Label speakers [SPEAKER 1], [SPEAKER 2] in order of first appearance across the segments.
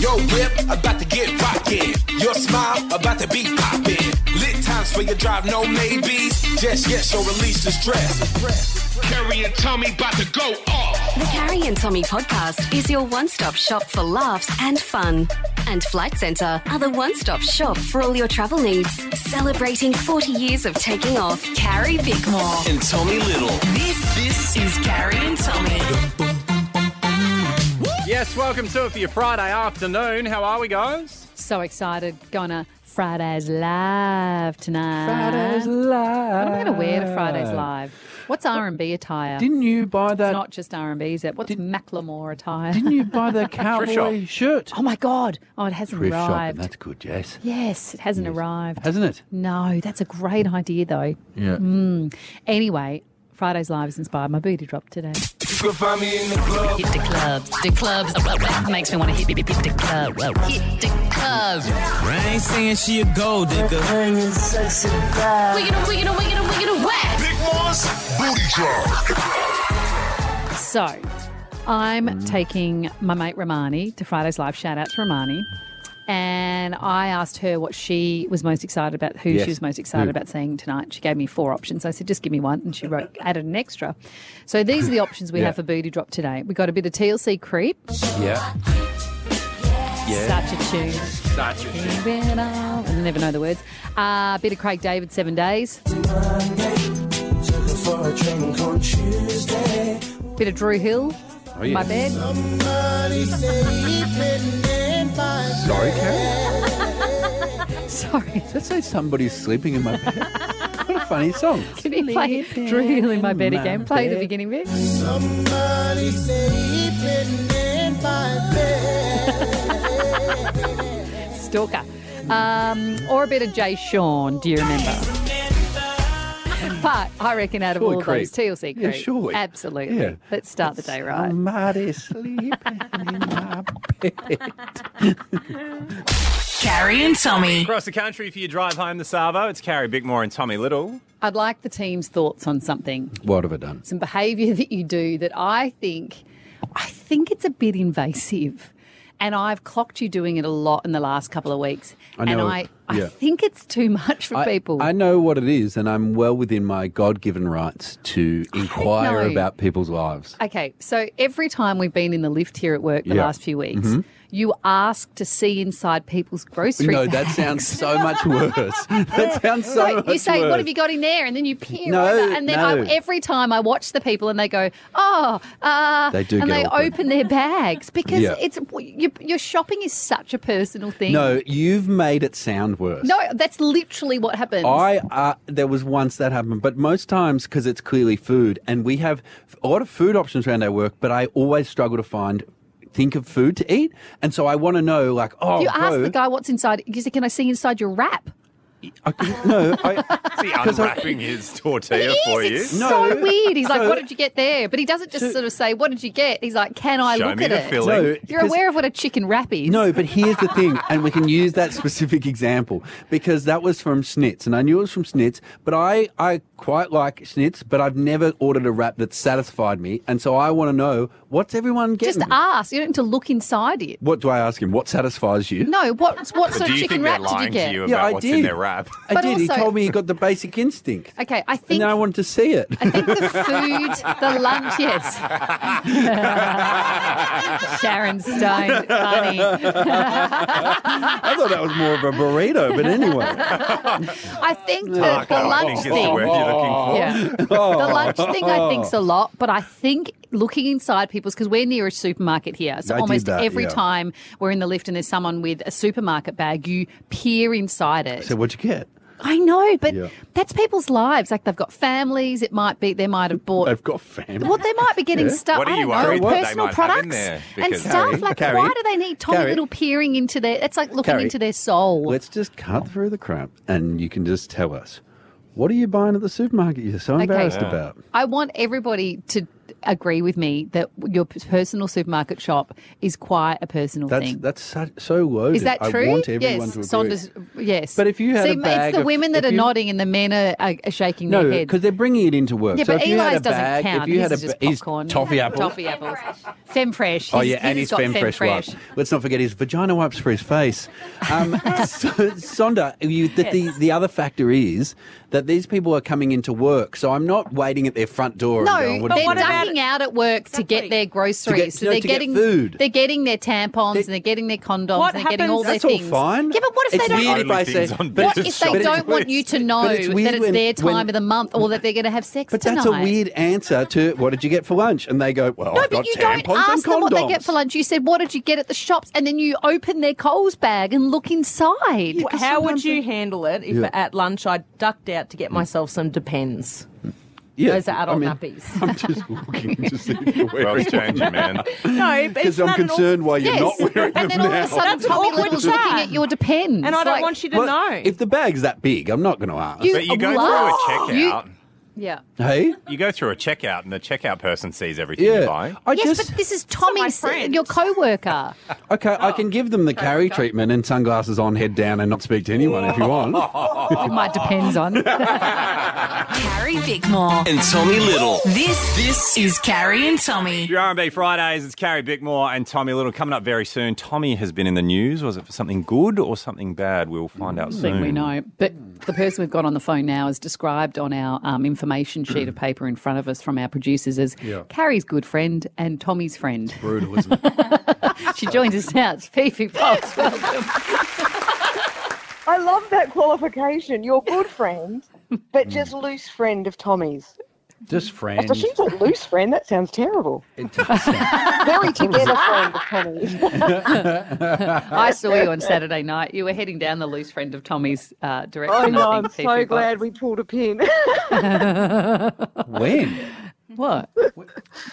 [SPEAKER 1] Your whip about to get rockin'. Your smile about to be poppin'. Lit times for your drive, no maybes. Just yes, or release the stress. Carrie and Tommy about to go off.
[SPEAKER 2] The Carrie and Tommy podcast is your one stop shop for laughs and fun. And Flight Centre are the one stop shop for all your travel needs. Celebrating 40 years of taking off, Carrie Bickmore.
[SPEAKER 3] And Tommy Little.
[SPEAKER 4] This, this is Carrie and Tommy.
[SPEAKER 5] Yes, welcome to it for your Friday afternoon. How are we, guys?
[SPEAKER 6] So excited. Going to Friday's Live tonight.
[SPEAKER 5] Friday's
[SPEAKER 6] What
[SPEAKER 5] live.
[SPEAKER 6] am I going to wear to Friday's Live? What's R&B attire?
[SPEAKER 7] Didn't you buy
[SPEAKER 6] it's
[SPEAKER 7] that?
[SPEAKER 6] not just R&B, is it? What's Macklemore attire?
[SPEAKER 7] Didn't you buy the cowboy
[SPEAKER 5] shop.
[SPEAKER 7] shirt?
[SPEAKER 6] oh, my God. Oh, it hasn't
[SPEAKER 7] Thrift shopping.
[SPEAKER 6] arrived.
[SPEAKER 7] That's good, Jess.
[SPEAKER 6] Yes, it hasn't arrived.
[SPEAKER 7] Hasn't it?
[SPEAKER 6] No, that's a great idea, though.
[SPEAKER 7] Yeah.
[SPEAKER 6] Anyway, Friday's Live is inspired my booty drop today.
[SPEAKER 1] You can find me in the club.
[SPEAKER 4] Hit the clubs, the clubs. Makes me want to hit, hit, hit the club. Hit the clubs.
[SPEAKER 3] I ain't saying she a gold digger.
[SPEAKER 4] Wiggle, wiggle, wiggle, wiggle, whack.
[SPEAKER 1] Big Moss, booty drop.
[SPEAKER 6] So, I'm
[SPEAKER 7] Mm.
[SPEAKER 6] taking my mate Romani to Friday's Live. Shout out to Romani. And I asked her what she was most excited about, who
[SPEAKER 7] Yes.
[SPEAKER 6] she was most excited
[SPEAKER 7] Who?
[SPEAKER 6] about seeing tonight. She gave me four options. I said, just give me one. And she wrote, added an extra. So these are the options we
[SPEAKER 7] Yeah.
[SPEAKER 6] have for Booty Drop today. We got a bit of TLC Creep,
[SPEAKER 7] Yeah.
[SPEAKER 6] such a tune.
[SPEAKER 5] Such a shit.
[SPEAKER 6] When I I never know the words. Uh, a bit of Craig David, Seven Days. Bit of Drew Hill,
[SPEAKER 7] Oh, yeah.
[SPEAKER 6] My Bed.
[SPEAKER 7] Sorry, Carrie.
[SPEAKER 6] Sorry,
[SPEAKER 7] Does that say somebody's sleeping in my bed? what a funny song.
[SPEAKER 6] Can you play Drew Hill in my bed again? Play the beginning bit. Stalker. Um, or a bit of Jay Sean, do you remember? But I reckon out of
[SPEAKER 7] Surely
[SPEAKER 6] all
[SPEAKER 7] creep.
[SPEAKER 6] those, TLC
[SPEAKER 7] Yeah,
[SPEAKER 6] creep.
[SPEAKER 7] surely.
[SPEAKER 6] Absolutely.
[SPEAKER 7] Yeah.
[SPEAKER 6] Let's start the day right.
[SPEAKER 7] Somebody's sleeping in my bed.
[SPEAKER 4] Carrie and Tommy.
[SPEAKER 5] Across the country for your drive home the Savo, it's Carrie Bickmore and Tommy Little.
[SPEAKER 6] I'd like the team's thoughts on something.
[SPEAKER 7] What have I done?
[SPEAKER 6] some behaviour that you do that I think, I think it's a bit invasive. And I've clocked you doing it a lot in the last couple of weeks.
[SPEAKER 7] I know,
[SPEAKER 6] And I, I
[SPEAKER 7] yeah.
[SPEAKER 6] think it's too much for
[SPEAKER 7] I-
[SPEAKER 6] people.
[SPEAKER 7] I, know what it is, and I'm well within my God given rights to inquire
[SPEAKER 6] know.
[SPEAKER 7] about people's lives.
[SPEAKER 6] okay, so every time we've been in the lift here at work the
[SPEAKER 7] Yeah. Mm-hmm.
[SPEAKER 6] last few weeks, you ask to see inside people's grocery
[SPEAKER 7] no, that
[SPEAKER 6] bags.
[SPEAKER 7] sounds so much worse. that sounds so
[SPEAKER 6] So
[SPEAKER 7] much
[SPEAKER 6] you say,
[SPEAKER 7] worse.
[SPEAKER 6] "What have you got in there?" And then you peer
[SPEAKER 7] No,
[SPEAKER 6] over, and then
[SPEAKER 7] no.
[SPEAKER 6] I, every time I watch the people, and they go, "Oh," uh,
[SPEAKER 7] They do
[SPEAKER 6] and
[SPEAKER 7] get
[SPEAKER 6] they
[SPEAKER 7] awkward.
[SPEAKER 6] open their bags because
[SPEAKER 7] Yeah.
[SPEAKER 6] it's your, your shopping is such a personal thing.
[SPEAKER 7] No, you've made it sound worse.
[SPEAKER 6] No, that's literally what happens.
[SPEAKER 7] I uh, there was once that happened, but most times because it's clearly food, and we have a lot of food options around our work. But I always struggle to find think of food to eat, and so I want to know like oh
[SPEAKER 6] you ask
[SPEAKER 7] bro,
[SPEAKER 6] the guy what's inside. You say, "Can I see inside your wrap?"
[SPEAKER 7] I can- no, I,
[SPEAKER 5] See, unwrapping his tortilla for you.
[SPEAKER 6] It's
[SPEAKER 7] No.
[SPEAKER 6] so weird. He's like,
[SPEAKER 7] So-
[SPEAKER 6] "What did you get there?" But he doesn't just sort of say, "What did you get?" He's like, "Can I
[SPEAKER 5] Show
[SPEAKER 6] look
[SPEAKER 5] me
[SPEAKER 6] at
[SPEAKER 5] the
[SPEAKER 6] it?"
[SPEAKER 5] filling.
[SPEAKER 7] No,
[SPEAKER 6] You're
[SPEAKER 7] 'cause-
[SPEAKER 6] aware of what a chicken wrap is.
[SPEAKER 7] No, but here's the thing, and we can use that specific example because that was from Schnitz, and I knew it was from Schnitz, but I, I quite like Schnitz, but I've never ordered a wrap that satisfied me, and so I want to know what's everyone
[SPEAKER 6] just
[SPEAKER 7] getting.
[SPEAKER 6] ask. You don't need to look inside it.
[SPEAKER 7] what do I ask him? What satisfies you?
[SPEAKER 6] No, what what
[SPEAKER 5] But
[SPEAKER 6] sort
[SPEAKER 5] do
[SPEAKER 6] of
[SPEAKER 5] you
[SPEAKER 6] chicken
[SPEAKER 5] think they're
[SPEAKER 6] wrap did you
[SPEAKER 5] lying
[SPEAKER 6] get?
[SPEAKER 5] to you
[SPEAKER 7] Yeah,
[SPEAKER 5] about
[SPEAKER 7] I
[SPEAKER 5] what's
[SPEAKER 7] did. Oh,
[SPEAKER 5] in their wrap?
[SPEAKER 7] I
[SPEAKER 6] But
[SPEAKER 7] did. he
[SPEAKER 6] also-
[SPEAKER 7] told me he got the basic instinct,
[SPEAKER 6] Okay, I
[SPEAKER 7] and
[SPEAKER 6] think
[SPEAKER 7] then I wanted to see it.
[SPEAKER 6] I think the food, the lunch, yes. Sharon Stone, funny.
[SPEAKER 7] I thought that was more of a burrito, but anyway.
[SPEAKER 6] I think
[SPEAKER 7] Oh,
[SPEAKER 6] the, the
[SPEAKER 5] I don't
[SPEAKER 6] lunch
[SPEAKER 5] think it's the
[SPEAKER 6] thing.
[SPEAKER 5] word you're looking for.
[SPEAKER 6] Yeah. The lunch thing I think's a lot, but I think looking inside people's because we're near a supermarket here. So
[SPEAKER 7] I did
[SPEAKER 6] almost
[SPEAKER 7] that,
[SPEAKER 6] every
[SPEAKER 7] yeah.
[SPEAKER 6] time we're in the lift and there's someone with a supermarket bag, you peer inside it.
[SPEAKER 7] So what'd you get?
[SPEAKER 6] I know, but
[SPEAKER 7] Yeah.
[SPEAKER 6] that's people's lives. Like they've got families, it might be they might have bought
[SPEAKER 7] They've got family.
[SPEAKER 6] well, they might be getting
[SPEAKER 7] Yeah.
[SPEAKER 6] stuff.
[SPEAKER 5] What are
[SPEAKER 6] I
[SPEAKER 5] you
[SPEAKER 6] don't know,
[SPEAKER 5] worried that they
[SPEAKER 6] personal
[SPEAKER 5] might have in
[SPEAKER 6] products
[SPEAKER 5] there?
[SPEAKER 6] and
[SPEAKER 5] Because-
[SPEAKER 6] stuff.
[SPEAKER 7] Carrie,
[SPEAKER 6] like,
[SPEAKER 7] Carrie,
[SPEAKER 6] why do they need Tommy
[SPEAKER 7] Carrie.
[SPEAKER 6] Little peering into their? It's like looking
[SPEAKER 7] Carrie,
[SPEAKER 6] into their soul.
[SPEAKER 7] Let's just cut through the crap and you can just tell us. What are you buying at the supermarket you're so embarrassed about?
[SPEAKER 6] I want everybody to agree with me that your p- personal supermarket shop is quite a personal
[SPEAKER 7] That's
[SPEAKER 6] thing.
[SPEAKER 7] that's so, so loaded.
[SPEAKER 6] Is that true?
[SPEAKER 7] I want everyone
[SPEAKER 6] yes,
[SPEAKER 7] to agree.
[SPEAKER 6] Saunders. Yes,
[SPEAKER 7] But if you had
[SPEAKER 6] See,
[SPEAKER 7] a bag
[SPEAKER 6] it's the
[SPEAKER 7] of-
[SPEAKER 6] women that
[SPEAKER 7] if
[SPEAKER 6] are
[SPEAKER 7] you-
[SPEAKER 6] nodding and the men are, are, are shaking
[SPEAKER 7] no,
[SPEAKER 6] their heads.
[SPEAKER 7] because they're bringing it into work.
[SPEAKER 6] Yeah,
[SPEAKER 7] so
[SPEAKER 6] but
[SPEAKER 7] if you had a
[SPEAKER 6] Eli's doesn't
[SPEAKER 7] bag,
[SPEAKER 6] count.
[SPEAKER 7] if you
[SPEAKER 6] His
[SPEAKER 7] had a
[SPEAKER 6] is just
[SPEAKER 7] ba- he's
[SPEAKER 6] popcorn.
[SPEAKER 7] toffee apple.
[SPEAKER 6] Toffee apples. Femme fresh.
[SPEAKER 7] Oh
[SPEAKER 6] He's-
[SPEAKER 7] yeah,
[SPEAKER 6] he's
[SPEAKER 7] and his
[SPEAKER 6] got
[SPEAKER 7] femme fresh wipe.
[SPEAKER 6] Fresh.
[SPEAKER 7] Let's not forget his vagina wipes for his face. Um, so, Sonda, you, the, the the other factor is that these people are coming into work, so I'm not waiting at their front door.
[SPEAKER 6] No,
[SPEAKER 7] and going, what are you
[SPEAKER 6] they're
[SPEAKER 7] doing?"
[SPEAKER 6] ducking out at work to get their groceries.
[SPEAKER 7] To get-
[SPEAKER 6] so
[SPEAKER 7] no,
[SPEAKER 6] they're
[SPEAKER 7] to get
[SPEAKER 6] getting
[SPEAKER 7] food.
[SPEAKER 6] They're getting their tampons
[SPEAKER 7] They-
[SPEAKER 6] and they're getting their condoms
[SPEAKER 8] What
[SPEAKER 6] and they're getting all
[SPEAKER 8] happens-
[SPEAKER 6] their
[SPEAKER 7] That's
[SPEAKER 6] things.
[SPEAKER 7] all fine.
[SPEAKER 6] Yeah, but what if
[SPEAKER 7] it's
[SPEAKER 6] they don't?
[SPEAKER 7] weird if I
[SPEAKER 9] Only
[SPEAKER 7] say,
[SPEAKER 9] things on
[SPEAKER 7] but
[SPEAKER 6] What
[SPEAKER 7] it's-
[SPEAKER 9] business
[SPEAKER 6] if they
[SPEAKER 7] but it's
[SPEAKER 6] don't want
[SPEAKER 7] weird.
[SPEAKER 6] you to know
[SPEAKER 7] it's
[SPEAKER 6] that
[SPEAKER 7] weird
[SPEAKER 6] it's
[SPEAKER 7] when-
[SPEAKER 6] their time
[SPEAKER 7] when-
[SPEAKER 6] of the month or that they're going to have sex
[SPEAKER 7] But
[SPEAKER 6] tonight?
[SPEAKER 7] that's a weird answer to what did you get for lunch? And they go, well,
[SPEAKER 6] No,
[SPEAKER 7] I've got
[SPEAKER 6] but you
[SPEAKER 7] tampons
[SPEAKER 6] don't ask
[SPEAKER 7] and
[SPEAKER 6] them
[SPEAKER 7] condoms.
[SPEAKER 6] what they get for lunch. You said, "What did you get at the shops?" And then you open their Coles bag and look inside.
[SPEAKER 7] Yeah, 'cause
[SPEAKER 8] How would
[SPEAKER 7] sometimes
[SPEAKER 8] you
[SPEAKER 7] they-
[SPEAKER 8] handle it if
[SPEAKER 7] Yeah.
[SPEAKER 8] at lunch I ducked out to get
[SPEAKER 10] Mm.
[SPEAKER 8] myself some Depends?
[SPEAKER 7] Yeah,
[SPEAKER 8] Those are adult
[SPEAKER 7] I mean,
[SPEAKER 8] nappies.
[SPEAKER 7] I'm just looking to see if you're wearing
[SPEAKER 9] World's changing, man.
[SPEAKER 8] No, but
[SPEAKER 7] Because
[SPEAKER 8] it's
[SPEAKER 7] I'm
[SPEAKER 8] not an awful-
[SPEAKER 7] concerned why you're
[SPEAKER 6] Yes,
[SPEAKER 7] not wearing
[SPEAKER 6] and
[SPEAKER 7] them
[SPEAKER 6] then all
[SPEAKER 7] now.
[SPEAKER 6] of a sudden,
[SPEAKER 8] That's an
[SPEAKER 6] Tommy
[SPEAKER 8] awkward
[SPEAKER 6] Little's
[SPEAKER 8] chat.
[SPEAKER 6] looking at your
[SPEAKER 8] And
[SPEAKER 6] depends,
[SPEAKER 8] I don't
[SPEAKER 6] Like,
[SPEAKER 8] want you to
[SPEAKER 7] Well,
[SPEAKER 8] know.
[SPEAKER 7] If the bag's that big, I'm not going to ask.
[SPEAKER 6] You-
[SPEAKER 9] But you go
[SPEAKER 6] Wow.
[SPEAKER 9] through a checkout.
[SPEAKER 6] Yeah.
[SPEAKER 7] hey,
[SPEAKER 9] You go through a checkout, and the checkout person sees everything
[SPEAKER 7] yeah,
[SPEAKER 9] you're buying.
[SPEAKER 7] I
[SPEAKER 6] yes,
[SPEAKER 7] just
[SPEAKER 6] but this is
[SPEAKER 8] are my
[SPEAKER 6] Tommy's,
[SPEAKER 8] friends.
[SPEAKER 6] your co-worker.
[SPEAKER 7] okay. I
[SPEAKER 6] Oh,
[SPEAKER 7] can give them the carry treatment and sunglasses on, head down, and not speak to anyone if you want.
[SPEAKER 6] Oh, it might depends on.
[SPEAKER 2] Carrie Bickmore.
[SPEAKER 3] And Tommy Little.
[SPEAKER 11] This this is Carrie and Tommy.
[SPEAKER 9] Your R&B Fridays, it's Carrie Bickmore and Tommy Little coming up very soon. Tommy has been in the news. Was it for something good or something bad? We'll find out soon.
[SPEAKER 6] Mm, think we know. But the person we've got on the phone now is described on our um, information sheet of paper in front of us from our producers as Carrie's good friend and Tommy's friend.
[SPEAKER 7] Brutal, isn't it?
[SPEAKER 6] She joins us now. It's Fifi Fox. Welcome.
[SPEAKER 10] I love that qualification. Your good friend, but just loose friend of Tommy's.
[SPEAKER 7] Just
[SPEAKER 10] I
[SPEAKER 7] friends.
[SPEAKER 10] shouldn't say loose friend. That sounds terrible. Very together friend of Tommy's.
[SPEAKER 6] I saw you on Saturday night. You were heading down the loose friend of Tommy's uh, direction.
[SPEAKER 10] I know.
[SPEAKER 6] I
[SPEAKER 10] I'm
[SPEAKER 6] think, Fifi
[SPEAKER 10] so
[SPEAKER 6] Fox.
[SPEAKER 10] glad we pulled a pin.
[SPEAKER 7] when?
[SPEAKER 6] What?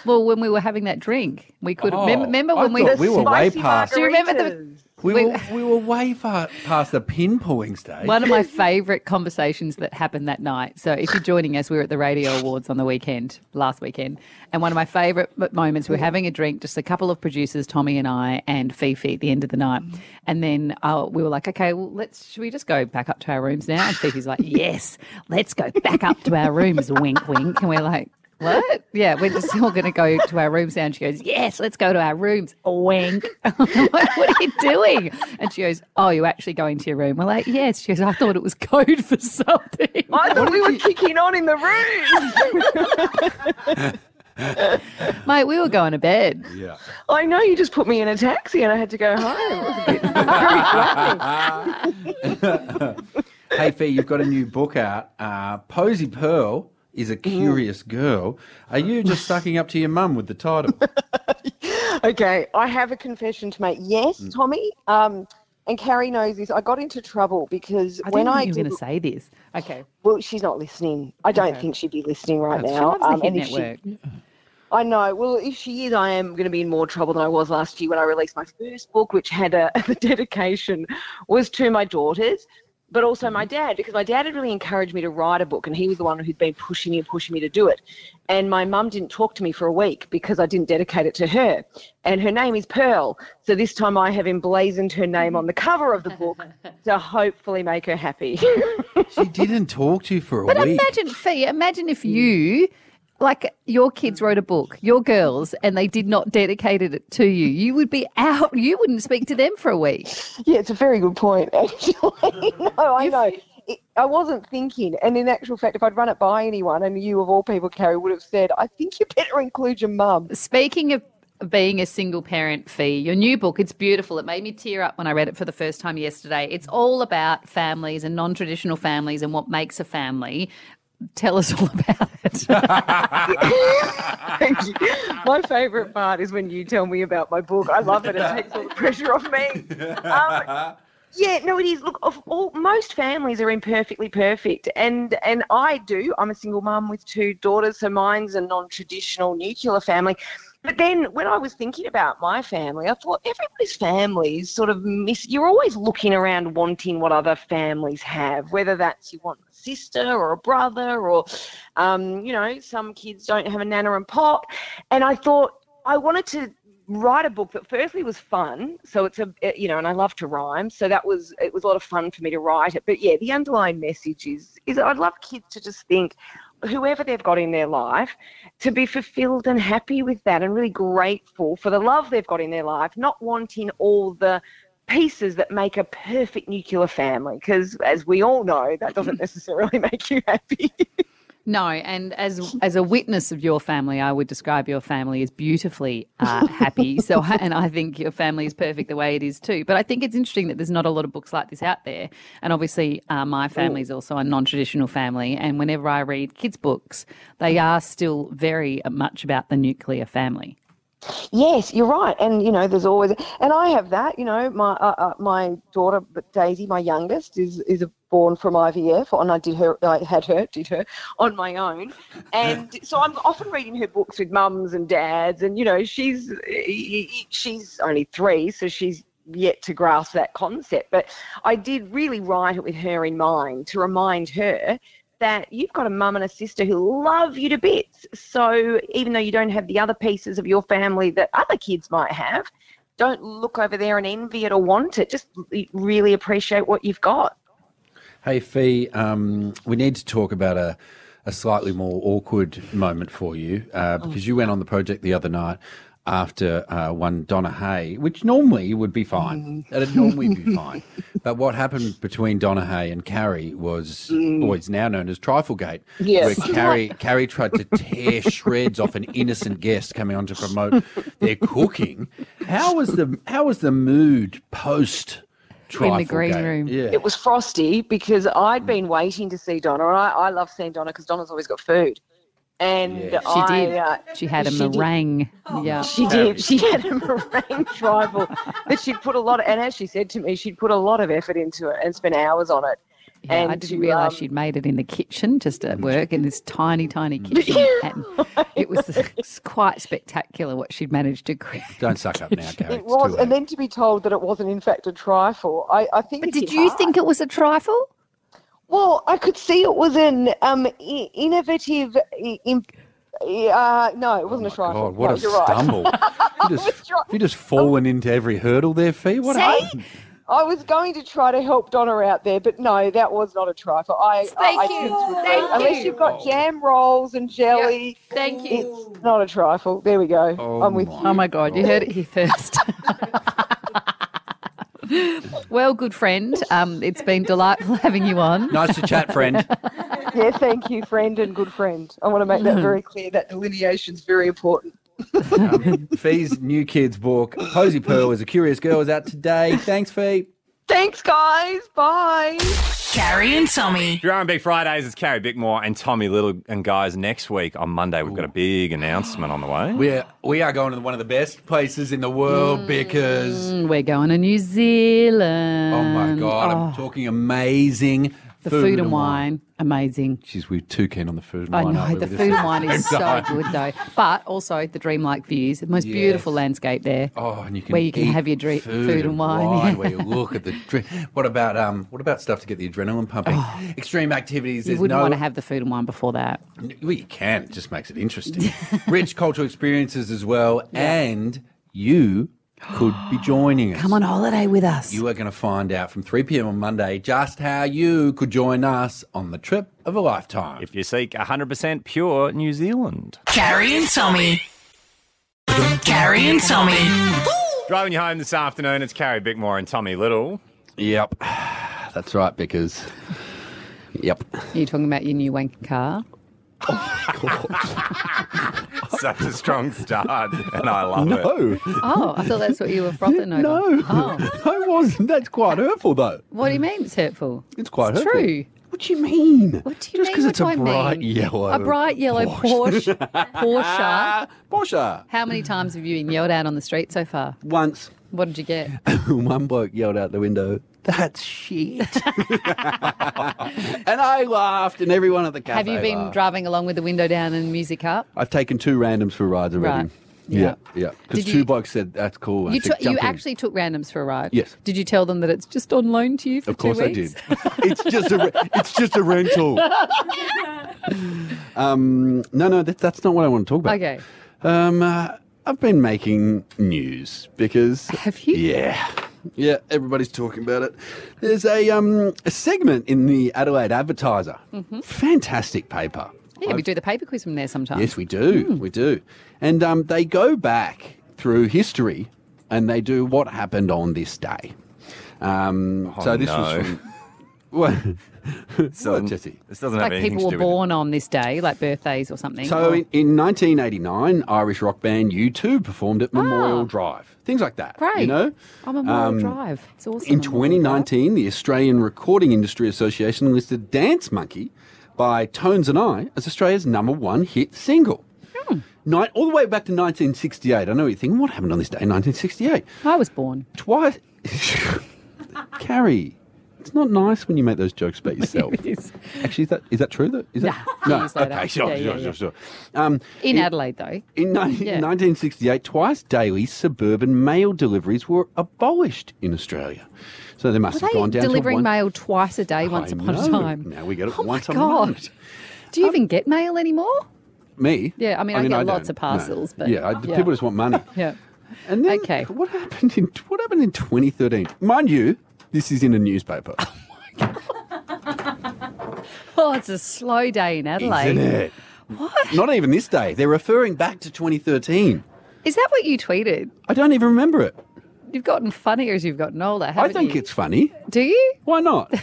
[SPEAKER 6] well, when we were having that drink, we could.
[SPEAKER 7] Oh,
[SPEAKER 6] remember, remember
[SPEAKER 7] I
[SPEAKER 6] when we?
[SPEAKER 7] thought we were way
[SPEAKER 10] Spicy
[SPEAKER 7] past.
[SPEAKER 6] Do you remember the-
[SPEAKER 10] margaritas.
[SPEAKER 7] We
[SPEAKER 6] we-
[SPEAKER 7] were, we were way far past the pin pulling stage.
[SPEAKER 6] One of my favourite conversations that happened that night. So, if you're joining us, we were at the Radio Awards on the weekend, last weekend. And one of my favourite m- moments, we were having a drink, just a couple of producers, Tommy and I, and Fifi at the end of the night. And then uh, we were like, okay, well, let's, should we just go back up to our rooms now? And Fifi's like, yes, let's go back up to our rooms, wink, wink. And we're like, what? Yeah, we're just all going to go to our rooms now. And she goes, Yes, let's go to our rooms. Wink. I'm like, what are you doing? And she goes, Oh, you're actually going to your room. We're like, Yes. She goes, I thought it was code for something.
[SPEAKER 10] I thought we were kicking on in the room.
[SPEAKER 6] Mate, we were going to bed.
[SPEAKER 7] yeah.
[SPEAKER 10] I know you just put me in a taxi and I had to go home. It was a bit very frightening.
[SPEAKER 7] hey, Fee, you've got a new book out. Uh, Posy Pearl is a
[SPEAKER 6] Mm.
[SPEAKER 7] curious girl. Are you just sucking up to your mum with the title?
[SPEAKER 10] Okay, I have a confession to make. Yes, Tommy. Um, and Carrie knows this. I got into trouble because
[SPEAKER 6] I
[SPEAKER 10] when
[SPEAKER 6] didn't
[SPEAKER 10] I
[SPEAKER 6] think you were
[SPEAKER 10] did,
[SPEAKER 6] going to say this. Okay.
[SPEAKER 10] well, she's not listening. I don't think she'd be listening right
[SPEAKER 6] She
[SPEAKER 10] now.
[SPEAKER 6] loves the
[SPEAKER 10] Um,
[SPEAKER 6] Hit
[SPEAKER 10] and if she-
[SPEAKER 6] Network.
[SPEAKER 10] I know. Well, if she is, I am going to be in more trouble than I was last year when I released my first book, which had a the dedication was to my daughters, but also my dad, because my dad had really encouraged me to write a book, and he was the one who'd been pushing me and pushing me to do it. And my mum didn't talk to me for a week because I didn't dedicate it to her. And her name is Pearl, so this time I have emblazoned her name on the cover of the book to hopefully make her happy.
[SPEAKER 7] she didn't talk to you for a
[SPEAKER 6] But
[SPEAKER 7] week.
[SPEAKER 6] imagine, Fee, imagine if
[SPEAKER 10] Mm.
[SPEAKER 6] you, like your kids wrote a book, your girls, and they did not dedicate it to you. You would be out. You wouldn't speak to them for a week.
[SPEAKER 10] Yeah, it's a very good point, actually. no, I know. It, I wasn't thinking. And in actual fact, if I'd run it by anyone and you, of all people, Carrie, would have said, I think you better include your mum.
[SPEAKER 6] Speaking of being a single parent, Fee, your new book, it's beautiful. It made me tear up when I read it for the first time yesterday. It's all about families and non traditional families and what makes a family. Tell us all about it.
[SPEAKER 10] Thank you. My favourite part is when you tell me about my book. I love it. It takes all the pressure off me. Um, yeah, no, it is. Look, of all, most families are imperfectly perfect, and and I do. I'm a single mum with two daughters, so mine's a non-traditional nuclear family, But then when I was thinking about my family, I thought everybody's families sort of miss. You're always looking around wanting what other families have, whether that's you want a sister or a brother, or, um, you know, some kids don't have a nana and pop. And I thought I wanted to write a book that firstly was fun so it's a you know and i love to rhyme so that was it was a lot of fun for me to write it but yeah the underlying message is is i'd love kids to just think whoever they've got in their life to be fulfilled and happy with that and really grateful for the love they've got in their life not wanting all the pieces that make a perfect nuclear family because as we all know that doesn't necessarily make you happy
[SPEAKER 6] No, and as as a witness of your family, I would describe your family as beautifully uh, happy. So, and I think your family is perfect the way it is too. But I think it's interesting that there's not a lot of books like this out there. And obviously, uh, my family is also a non-traditional family. And whenever I read kids' books, they are still very uh, much about the nuclear family.
[SPEAKER 10] Yes, you're right, and you know there's always, and I have that. You know, my uh, uh, my daughter Daisy, my youngest, is is born from IVF, and I did her, I had her, did her on my own, and so I'm often reading her books with mums and dads, and you know she's e, she's only three, so she's yet to grasp that concept. But I did really write it with her in mind to remind her that you've got a mum and a sister who love you to bits. So even though you don't have the other pieces of your family that other kids might have, don't look over there and envy it or want it. Just really appreciate what you've got.
[SPEAKER 7] Hey, Fee, um, we need to talk about a, a slightly more awkward moment for you uh,
[SPEAKER 1] Oh.
[SPEAKER 7] because you went on the project the other night after uh, one Donna Hay, which normally would be fine.
[SPEAKER 1] Mm.
[SPEAKER 7] That'd normally be fine. But what happened between Donna Hay and Carrie was,
[SPEAKER 1] Mm.
[SPEAKER 7] or it's now known as Triflegate,
[SPEAKER 1] Yes.
[SPEAKER 7] where Carrie, Carrie tried to tear shreds off an innocent guest coming on to promote their cooking. How was the, how was the mood post Triflegate? Yeah.
[SPEAKER 10] It was frosty because I'd been waiting to see Donna. And I, I love seeing Donna because Donna's always got food. And
[SPEAKER 6] She
[SPEAKER 10] I,
[SPEAKER 6] did.
[SPEAKER 10] uh,
[SPEAKER 6] she had a
[SPEAKER 10] did. Oh,
[SPEAKER 6] meringue. Yeah,
[SPEAKER 10] She did. She had a meringue tribal that she'd put a lot, and as she said to me, she'd put a lot of effort into it and spent hours on it.
[SPEAKER 6] Yeah,
[SPEAKER 10] and
[SPEAKER 6] I didn't
[SPEAKER 10] to,
[SPEAKER 6] realise
[SPEAKER 10] um,
[SPEAKER 6] she'd made it in the kitchen, just at work, in this tiny, tiny kitchen. and it was it's quite spectacular what she'd managed to create.
[SPEAKER 7] Don't suck up now, Carrie.
[SPEAKER 10] It was, and then to be told that it wasn't in fact a trifle. I, I think. But
[SPEAKER 6] did you think it was a trifle?
[SPEAKER 10] Well, I could see it was an um, i- innovative. i- im- uh, no, it wasn't a trifle.
[SPEAKER 7] Oh God, what
[SPEAKER 10] No,
[SPEAKER 7] a
[SPEAKER 10] you're right.
[SPEAKER 7] stumble. you just, you just fallen into every hurdle there, Fee. What
[SPEAKER 10] See?
[SPEAKER 7] happened?
[SPEAKER 10] I was going to try to help Donna out there, but no, that was not a trifle. I,
[SPEAKER 1] Thank
[SPEAKER 10] I, I
[SPEAKER 1] you.
[SPEAKER 10] since regret-
[SPEAKER 1] Thank
[SPEAKER 10] unless
[SPEAKER 1] you.
[SPEAKER 10] have
[SPEAKER 7] Oh.
[SPEAKER 10] got jam rolls and jelly.
[SPEAKER 6] Thank
[SPEAKER 10] you. It's not a trifle. There we go. I'm with you.
[SPEAKER 6] Oh my God, you heard it here first. well, good friend, um, it's been delightful having you on.
[SPEAKER 7] Nice to chat, friend.
[SPEAKER 10] yeah, thank you, friend and good friend. I want to make that very clear. That delineation's very important.
[SPEAKER 7] Um, Fee's new kids book, Posy Pearl is a Curious Girl, is out today. Thanks, Fee.
[SPEAKER 10] Thanks, guys. Bye.
[SPEAKER 11] Carrie and Tommy.
[SPEAKER 9] Your R&B Fridays is Carrie Bickmore and Tommy Little. And guys, next week on Monday, we've got a big announcement on the way.
[SPEAKER 7] We're, we are going to one of the best places in the world because,
[SPEAKER 6] Mm, We're going to New Zealand.
[SPEAKER 7] oh my God, I'm
[SPEAKER 6] Oh,
[SPEAKER 7] talking amazing
[SPEAKER 6] the food, and wine, amazing.
[SPEAKER 7] Jeez, we're too keen on the food and
[SPEAKER 6] I
[SPEAKER 7] wine.
[SPEAKER 6] know
[SPEAKER 7] aren't
[SPEAKER 6] the
[SPEAKER 7] we? We're
[SPEAKER 6] food
[SPEAKER 7] just-
[SPEAKER 6] and wine is so good though, but also the dreamlike views, the most beautiful landscape there.
[SPEAKER 7] Oh, and you can
[SPEAKER 6] where you can
[SPEAKER 7] eat
[SPEAKER 6] have your drink, food, and wine. yeah.
[SPEAKER 7] Where you look at the dr- what about um what about stuff to get the adrenaline pumping? Extreme activities.
[SPEAKER 6] Oh. You
[SPEAKER 7] there's
[SPEAKER 6] wouldn't
[SPEAKER 7] no
[SPEAKER 6] want to have the food and wine before that.
[SPEAKER 7] Well, you can. It just makes it interesting. Rich cultural experiences as well. And you could be joining us.
[SPEAKER 6] Come on holiday with us.
[SPEAKER 7] You are going to find out from 3 p.m. on Monday just how you could join us on the trip of a lifetime.
[SPEAKER 9] If you seek 100% pure New Zealand.
[SPEAKER 11] Carrie and Tommy. Carrie and Tommy.
[SPEAKER 9] Driving you home this afternoon, it's Carrie Bickmore and Tommy Little.
[SPEAKER 7] Yep. That's right, because. Yep.
[SPEAKER 6] Are you talking about your new wank car?
[SPEAKER 9] Such a strong start, and I love
[SPEAKER 7] No.
[SPEAKER 9] it.
[SPEAKER 6] Oh, I thought that's what you were frothing over. No. Oh.
[SPEAKER 7] I wasn't. That's quite hurtful, though.
[SPEAKER 6] What do you mean it's hurtful?
[SPEAKER 7] It's quite hurtful.
[SPEAKER 6] true.
[SPEAKER 7] What do you mean?
[SPEAKER 6] What do you mean?
[SPEAKER 7] 'cause
[SPEAKER 6] What
[SPEAKER 7] it's
[SPEAKER 6] do
[SPEAKER 7] a
[SPEAKER 6] I mean?
[SPEAKER 7] bright yellow Ah,
[SPEAKER 6] A bright yellow Porsche. Porsche.
[SPEAKER 7] Porsche.
[SPEAKER 6] How many times have you been yelled at on the street so far?
[SPEAKER 7] Once.
[SPEAKER 6] What did you get?
[SPEAKER 7] One bloke yelled out the window, That's shit. and I laughed, and everyone at the cafe
[SPEAKER 6] Have you been
[SPEAKER 7] laughed.
[SPEAKER 6] driving along with the window down and music up?
[SPEAKER 7] I've taken two randoms for rides already.
[SPEAKER 6] Right.
[SPEAKER 7] Yeah, yeah. Because
[SPEAKER 6] Did you-
[SPEAKER 7] two blokes said that's cool. I
[SPEAKER 6] You,
[SPEAKER 7] said,
[SPEAKER 6] took you
[SPEAKER 7] "Jump in."
[SPEAKER 6] actually took randoms for a ride.
[SPEAKER 7] Yes.
[SPEAKER 6] Did you tell them that it's just on loan to you for
[SPEAKER 7] Of course
[SPEAKER 6] two
[SPEAKER 7] I
[SPEAKER 6] weeks?
[SPEAKER 7] did. It's just a re- it's just a rental. Um, no, no, that, that's not what I want to talk about.
[SPEAKER 6] Okay.
[SPEAKER 7] Um, uh, I've been making news because.
[SPEAKER 6] Have you?
[SPEAKER 7] Yeah. Yeah, everybody's talking about it. There's a, um, a segment in the Adelaide Advertiser.
[SPEAKER 6] Mhm.
[SPEAKER 7] Fantastic paper.
[SPEAKER 6] Yeah, we Mm. do the paper quiz from there sometimes.
[SPEAKER 7] Yes, we do. We do. And um, they go back through history and they do what happened on this day. Um, so this
[SPEAKER 9] no.
[SPEAKER 7] was from. What? so, Jesse.
[SPEAKER 9] This doesn't
[SPEAKER 6] like people were born on this day, like birthdays or something.
[SPEAKER 7] So
[SPEAKER 6] or-
[SPEAKER 7] in, in 1989, Irish rock band U2 performed at Memorial Drive. Things like that.
[SPEAKER 6] Ah. Great.
[SPEAKER 7] You know?
[SPEAKER 6] Oh, Memorial
[SPEAKER 7] Um,
[SPEAKER 6] Drive. It's awesome.
[SPEAKER 7] In 2019, the Australian Recording Industry Association listed Dance Monkey by Tones and I as Australia's number one hit single.
[SPEAKER 6] Hmm.
[SPEAKER 7] Night, all the way back to 1968. I know what you're thinking, what happened on this day in 1968?
[SPEAKER 6] I was born.
[SPEAKER 7] Twice. Carrie, it's not nice when you make those jokes about yourself. Actually, is that, is that true? Though? Is that,
[SPEAKER 6] Nah, years later.
[SPEAKER 7] Okay, sure,
[SPEAKER 6] Yeah, yeah,
[SPEAKER 7] sure,
[SPEAKER 6] yeah.
[SPEAKER 7] sure, sure. Um,
[SPEAKER 6] In Adelaide, though.
[SPEAKER 7] in 19-
[SPEAKER 6] Yeah.
[SPEAKER 7] 1968, twice daily suburban mail deliveries were abolished in Australia. So they must
[SPEAKER 6] Were
[SPEAKER 7] have
[SPEAKER 6] they
[SPEAKER 7] gone down
[SPEAKER 6] delivering
[SPEAKER 7] to one.
[SPEAKER 6] mail twice a day once
[SPEAKER 7] I
[SPEAKER 6] upon a
[SPEAKER 7] know.
[SPEAKER 6] time?
[SPEAKER 7] Now we get it
[SPEAKER 6] Oh
[SPEAKER 7] once
[SPEAKER 6] my
[SPEAKER 7] a
[SPEAKER 6] God.
[SPEAKER 7] month. Um,
[SPEAKER 6] Do you even get mail anymore?
[SPEAKER 7] Me?
[SPEAKER 6] Yeah, I mean, I get
[SPEAKER 7] don't.
[SPEAKER 6] lots of parcels, but-
[SPEAKER 7] yeah, I,
[SPEAKER 6] Yeah.
[SPEAKER 7] people just want money.
[SPEAKER 6] Yeah.
[SPEAKER 7] And then, okay. what happened in what happened in 2013? Mind you, this is in a newspaper.
[SPEAKER 6] Oh, it's a slow day in Adelaide.
[SPEAKER 7] Isn't it?
[SPEAKER 6] What?
[SPEAKER 7] Not even this day. They're referring back to 2013.
[SPEAKER 6] Is that what you tweeted?
[SPEAKER 7] I don't even remember it.
[SPEAKER 6] You've gotten funnier as you've gotten older, haven't
[SPEAKER 7] I think
[SPEAKER 6] you?
[SPEAKER 7] it's funny.
[SPEAKER 6] Do you?
[SPEAKER 7] Why not?
[SPEAKER 6] not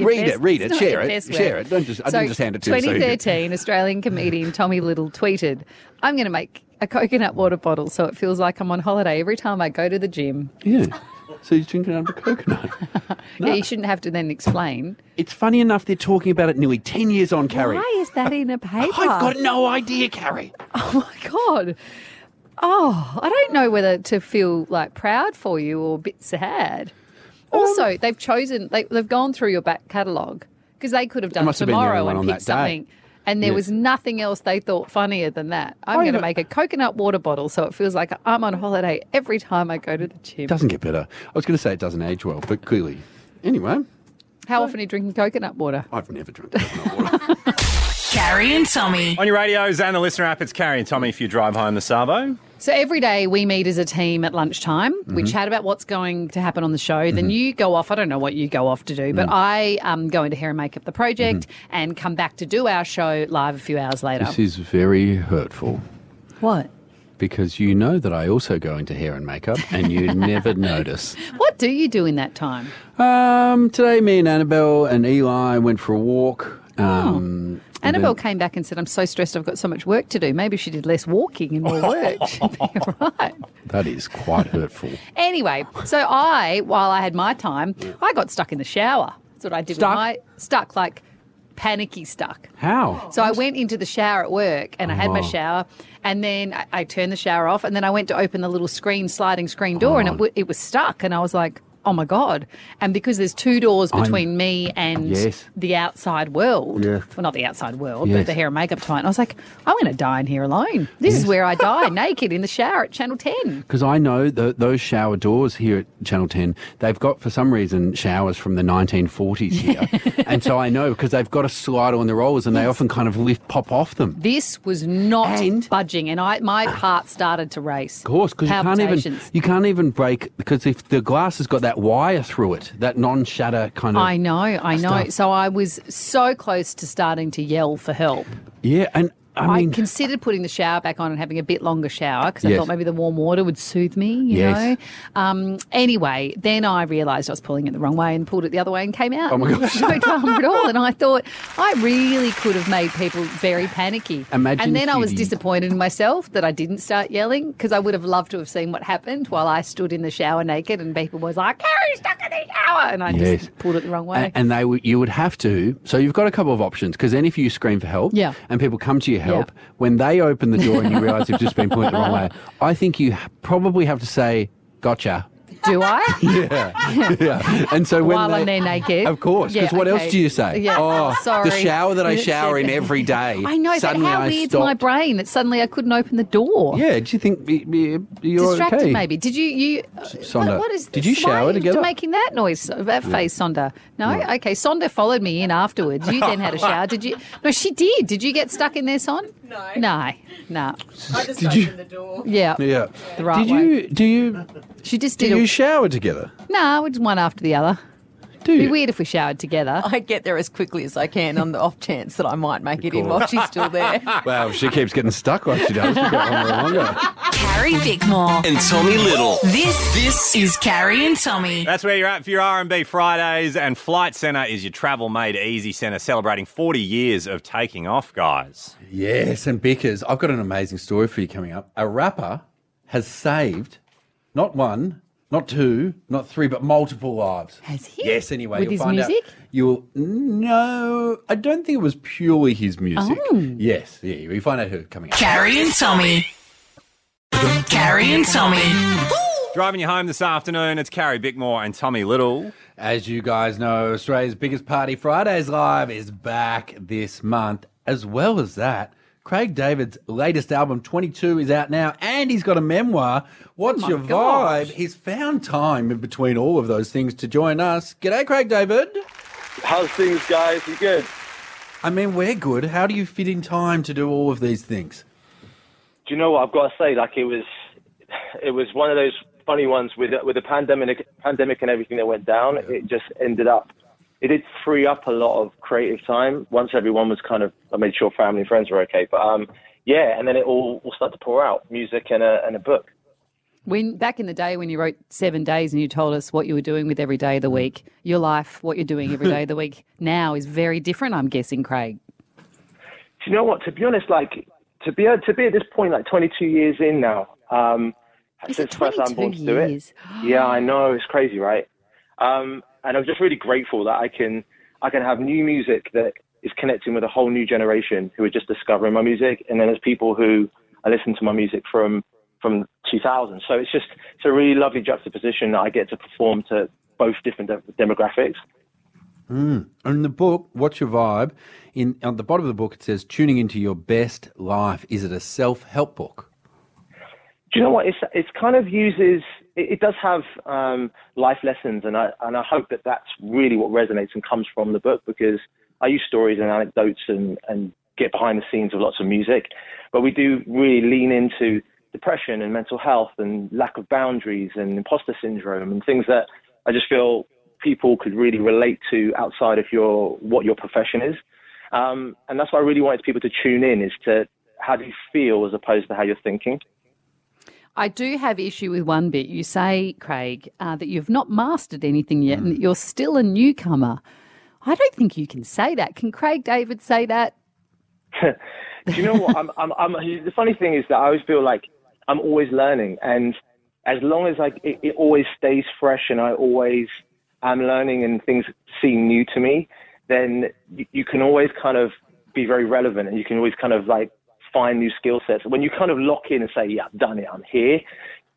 [SPEAKER 6] your
[SPEAKER 7] read
[SPEAKER 6] best-
[SPEAKER 7] it, read
[SPEAKER 6] it's
[SPEAKER 7] it,
[SPEAKER 6] not your
[SPEAKER 7] share it,
[SPEAKER 6] best
[SPEAKER 7] share
[SPEAKER 6] work.
[SPEAKER 7] it. Don't just, I
[SPEAKER 6] So,
[SPEAKER 7] didn't just hand it to you. so you can-
[SPEAKER 6] 2013, Australian comedian Tommy Little tweeted, I'm going to make a coconut water bottle so it feels like I'm on holiday every time I go to the gym.
[SPEAKER 7] Yeah. So you're drinking out of a coconut.
[SPEAKER 6] Yeah, you shouldn't have to then explain.
[SPEAKER 7] It's funny enough they're talking about it nearly 10 years on, Carrie.
[SPEAKER 6] Why is that in a paper?
[SPEAKER 7] I've got no idea, Carrie.
[SPEAKER 6] Oh, my God. Oh, I don't know whether to feel like proud for you or a bit sad.
[SPEAKER 7] Um,
[SPEAKER 6] Also, they've chosen, they, they've gone through your back catalogue because they could have done
[SPEAKER 7] must have been the
[SPEAKER 6] tomorrow
[SPEAKER 7] only one
[SPEAKER 6] and
[SPEAKER 7] on
[SPEAKER 6] picked
[SPEAKER 7] that day.
[SPEAKER 6] something. And there
[SPEAKER 7] Yes.
[SPEAKER 6] was nothing else they thought funnier than that. I'm
[SPEAKER 7] I
[SPEAKER 6] going to
[SPEAKER 7] even-
[SPEAKER 6] make a coconut water bottle so it feels like I'm on holiday every time I go to the gym.
[SPEAKER 7] It doesn't get better. I was going to say it doesn't age well, but clearly. Anyway,
[SPEAKER 6] How often are you drinking coconut water?
[SPEAKER 7] I've never drunk.
[SPEAKER 11] Carrie and Tommy.
[SPEAKER 9] On your radios and the listener app, it's Carrie and Tommy if you drive home the Sabo.
[SPEAKER 6] So every day we meet as a team at lunchtime. We
[SPEAKER 7] Mm-hmm.
[SPEAKER 9] Mhm.
[SPEAKER 6] chat about what's going to happen on the show. Then you go off. I don't know what you go off to do, but
[SPEAKER 7] Mm. Mm-hmm.
[SPEAKER 6] I um, go into hair and makeup the project and come back to do our show live a few hours later.
[SPEAKER 7] This is very hurtful
[SPEAKER 6] what?
[SPEAKER 7] because you know that I also go into hair and makeup and you never notice.
[SPEAKER 6] What do you do in that time?
[SPEAKER 7] Um, today, me and Annabelle and Eli went for a walk.
[SPEAKER 6] Oh.
[SPEAKER 7] Um, and
[SPEAKER 6] Annabelle
[SPEAKER 7] then-
[SPEAKER 6] came back and said, "I'm so stressed. I've got so much work to do. Maybe she did less walking and more work."
[SPEAKER 7] that is quite hurtful.
[SPEAKER 6] Anyway, so I, while I had my time, I got stuck in the shower. That's what I did.
[SPEAKER 7] Stuck?
[SPEAKER 6] With my stuck, like panicky stuck.
[SPEAKER 7] How?
[SPEAKER 6] So I went into the shower at work and I had my
[SPEAKER 7] Oh.
[SPEAKER 6] shower, and then I, I turned the shower off, and then I went to open the little screen sliding screen door, and it, w- it was stuck, and I was like. Oh my God. And because there's two doors
[SPEAKER 7] I'm-
[SPEAKER 6] between me and
[SPEAKER 7] Yes.
[SPEAKER 6] the outside world,
[SPEAKER 7] Yeah.
[SPEAKER 6] well, not the outside world, but
[SPEAKER 7] Yes.
[SPEAKER 6] the hair and makeup client, I was like, I'm going to die in here alone. This is where I die naked in the shower at Channel 10.
[SPEAKER 7] Because I know that those shower doors here at Channel 10, they've got, for some reason, showers from the 1940s here. and so I know because they've got a slider on the rollers and they often kind of lift pop off them.
[SPEAKER 6] This was not budging, and I my heart started to race.
[SPEAKER 7] Ah. Of course, because you can't even
[SPEAKER 6] Palpitations.
[SPEAKER 7] you can't even break because if the glass has got that wire through it, that non-shatter kind of.
[SPEAKER 6] I know, I know.
[SPEAKER 7] stuff.
[SPEAKER 6] So I was so close to starting to yell for help.
[SPEAKER 7] Yeah, and I
[SPEAKER 6] I,
[SPEAKER 7] mean,
[SPEAKER 6] considered putting the shower back on and having a bit longer shower because I
[SPEAKER 7] Yes.
[SPEAKER 6] thought maybe the warm water would soothe me, you
[SPEAKER 7] Yes.
[SPEAKER 6] know. Um, anyway, then I realised I was pulling it the wrong way and pulled it the other way and came out.
[SPEAKER 7] Oh my gosh.
[SPEAKER 6] No drama at all. And I thought I really could have made people very panicky.
[SPEAKER 7] Imagine
[SPEAKER 6] and then
[SPEAKER 7] if
[SPEAKER 6] I was
[SPEAKER 7] you-
[SPEAKER 6] disappointed in myself that I didn't start yelling because I would have loved to have seen what happened while I stood in the shower naked and people was like, Carrie's stuck in the shower. And I
[SPEAKER 7] Yes.
[SPEAKER 6] just pulled it the wrong way.
[SPEAKER 7] and, and they would you would have to. So you've got a couple of options because then if you scream for help,
[SPEAKER 6] Yeah.
[SPEAKER 7] and people come to your help, when they open the door and you realise you've just been pointed the wrong way, I think you ha- probably have to say, "Gotcha."
[SPEAKER 6] Do I?
[SPEAKER 7] Yeah, yeah. And so when
[SPEAKER 6] While
[SPEAKER 7] they,
[SPEAKER 6] I'm there naked.
[SPEAKER 7] of course, because
[SPEAKER 6] Yeah,
[SPEAKER 7] what
[SPEAKER 6] okay.
[SPEAKER 7] else do you say?
[SPEAKER 6] Yeah,
[SPEAKER 7] Oh,
[SPEAKER 6] sorry.
[SPEAKER 7] the shower that I shower in every day.
[SPEAKER 6] I know, but
[SPEAKER 7] Suddenly
[SPEAKER 6] how
[SPEAKER 7] I
[SPEAKER 6] weird's
[SPEAKER 7] stopped.
[SPEAKER 6] my brain that suddenly I couldn't open the door?
[SPEAKER 7] Yeah, do you think y- y- you're
[SPEAKER 6] Distracted,
[SPEAKER 7] okay?
[SPEAKER 6] maybe. Did you? you
[SPEAKER 7] Sonda,
[SPEAKER 6] what- what is
[SPEAKER 7] did
[SPEAKER 6] this?
[SPEAKER 7] you shower
[SPEAKER 6] Why are
[SPEAKER 7] together?
[SPEAKER 6] Making that noise, Uh, that
[SPEAKER 7] Yeah.
[SPEAKER 6] face, Sonda. No, okay. Sonda followed me in afterwards. You then had a shower. Did you? No, she did. Did you get stuck in there, Son? No. No. No.
[SPEAKER 8] I
[SPEAKER 7] just Did you- opened
[SPEAKER 8] the door.
[SPEAKER 6] Yeah.
[SPEAKER 7] Yeah.
[SPEAKER 6] The right
[SPEAKER 7] did you? Do you?
[SPEAKER 6] She just
[SPEAKER 7] Do
[SPEAKER 6] did.
[SPEAKER 7] you
[SPEAKER 6] a-
[SPEAKER 7] shower together?
[SPEAKER 6] No, we just one after the other.
[SPEAKER 7] Do
[SPEAKER 6] It'd be
[SPEAKER 7] you?
[SPEAKER 6] weird if we showered together.
[SPEAKER 7] Oh,
[SPEAKER 8] I'd get there as quickly as I can on the off chance that I might make it in while she's still there.
[SPEAKER 7] Wow, she keeps getting stuck like she does. She's got longer and longer.
[SPEAKER 11] Carrie Bickmore.
[SPEAKER 9] And Tommy Little.
[SPEAKER 11] This this is Carrie and Tommy.
[SPEAKER 9] That's where you're at for your R&B Fridays, and Flight Centre is your travel made easy centre celebrating 40 years of taking off, guys.
[SPEAKER 7] Yes, and Bickers, I've got an amazing story for you coming up. A rapper has saved not one, not two, not three, but multiple lives. Has
[SPEAKER 6] he?
[SPEAKER 7] Yes, anyway.
[SPEAKER 6] With
[SPEAKER 7] you'll
[SPEAKER 6] his
[SPEAKER 7] find out-
[SPEAKER 6] music?
[SPEAKER 7] You'll no, I don't think it was purely his music.
[SPEAKER 11] Oh.
[SPEAKER 7] Yes, yeah, you find out who coming up.
[SPEAKER 11] Carrie and Tommy. Carrie and Tommy.
[SPEAKER 9] Driving you home this afternoon, it's Carrie Bickmore and Tommy Little.
[SPEAKER 7] As you guys know, Australia's biggest party Fridays Live is back this month. As well as that, Craig David's latest album, 22, is out now, and he's got a memoir. What's
[SPEAKER 1] my
[SPEAKER 7] your
[SPEAKER 1] gosh.
[SPEAKER 7] vibe? He's found time in between all of those things to join us. G'day, Craig David.
[SPEAKER 12] How's things, guys? You good?
[SPEAKER 7] I mean, we're good. How do you fit in time to do all of these things?
[SPEAKER 12] Do you know what I've got to say? Like it was, it was one of those funny ones with with the pandemic, pandemic and everything that went down. It just ended up. It did free up a lot of creative time once everyone was kind of. I made sure family and friends were okay, but um, yeah, and then it all, all started to pour out, music and a and a book.
[SPEAKER 6] When back in the day when you wrote seven days and you told us what you were doing with every day of the week, your life, what you're doing every day of the week now is very different. I'm guessing, Craig.
[SPEAKER 12] do you know what? To be honest, like to be to be at this point, like 22 years in now, um, since the first time I'm born to do it. Yeah, I know it's crazy, right? Um, and I'm just really grateful that I can I can have new music that is connecting with a whole new generation who are just discovering my music, and then there's people who I listen to my music from from 2000. So it's just it's a really lovely juxtaposition that I get to perform to both different de- demographics.
[SPEAKER 7] Mm. In the book, What's Your Vibe? In on the bottom of the book, it says, "Tuning into your best life." Is it a self-help book?
[SPEAKER 12] do you know what? It's it's kind of uses it, it does have um, life lessons, and I and I hope that that's really what resonates and comes from the book because I use stories and anecdotes and and get behind the scenes of lots of music, but we do really lean into depression and mental health and lack of boundaries and imposter syndrome and things that I just feel people could really relate to outside of your what your profession is. Um, and that's why I really wanted people to tune in is to how do you feel as opposed to how you're thinking.
[SPEAKER 6] I do have issue with one bit. You say, Craig, uh, that you've not mastered anything yet and that you're still a newcomer. I don't think you can say that. Can Craig David say that?
[SPEAKER 12] Do you know what? I'm, I'm, I'm, the funny thing is that I always feel like I'm always learning, and as long as like it, it always stays fresh, and I always am learning, and things seem new to me, then you, you can always kind of be very relevant, and you can always kind of like find new skill sets. When you kind of lock in and say, "Yeah, I've done it. I'm here,"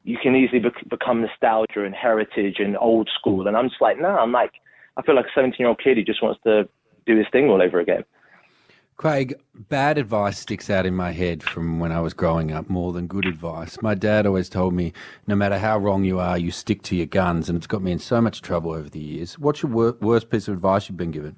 [SPEAKER 12] you can easily bec- become nostalgia and heritage and old school. And I'm just like, no, I'm like, I feel like a 17 year old kid who just wants to do his thing all over again.
[SPEAKER 7] Craig, bad advice sticks out in my head from when I was growing up more than good advice. My dad always told me, no matter how wrong you are, you stick to your guns, and it's got me in so much trouble over the years. What's your wor- worst piece of advice you've been given?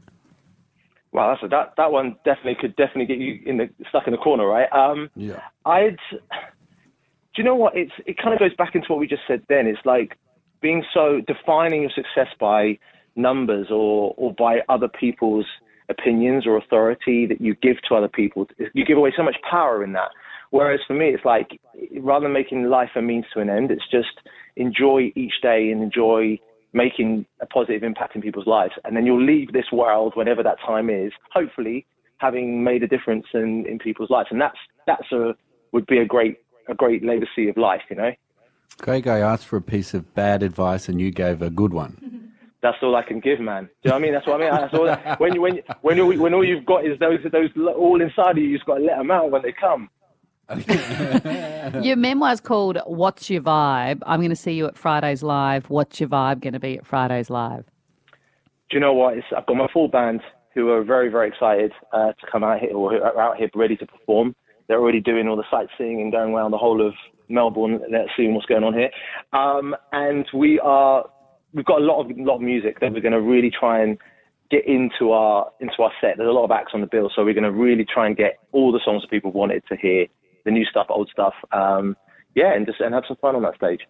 [SPEAKER 12] Wow, that's that that one definitely could definitely get you in the stuck in the corner, right? Um,
[SPEAKER 7] Yeah.
[SPEAKER 12] I'd. Do you know what? It's it kind of goes back into what we just said. Then it's like being so defining your success by numbers or or by other people's opinions or authority that you give to other people. You give away so much power in that. Whereas for me, it's like rather than making life a means to an end, it's just enjoy each day and enjoy making a positive impact in people's lives. And then you'll leave this world whenever that time is, hopefully having made a difference in, in people's lives. And that's that's a would be a great a great legacy of life, you know.
[SPEAKER 7] Craig, I asked for a piece of bad advice, and you gave a good one.
[SPEAKER 12] That's all I can give, man. Do you know what I mean? That's what I mean. That's all when you when you- when all, when all you've got is those those all inside of you, you've got to let them out when they come.
[SPEAKER 6] Your memoir's called What's Your Vibe? I'm going to see you at Fridays Live. What's your vibe going to be at Fridays Live?
[SPEAKER 12] do you know what? It's, I've got my full band who are very, very excited uh, to come out here or who are out here ready to perform. They're already doing all the sightseeing and going around the whole of Melbourne. Let's see what's going on here. Um, and we are, we've got a lot of lot of music that we're going to really try and get into our into our set. There's a lot of acts on the bill, so we're going to really try and get all the songs that people wanted to hear, the new stuff, old stuff. Um, yeah, and just and have some fun on that stage.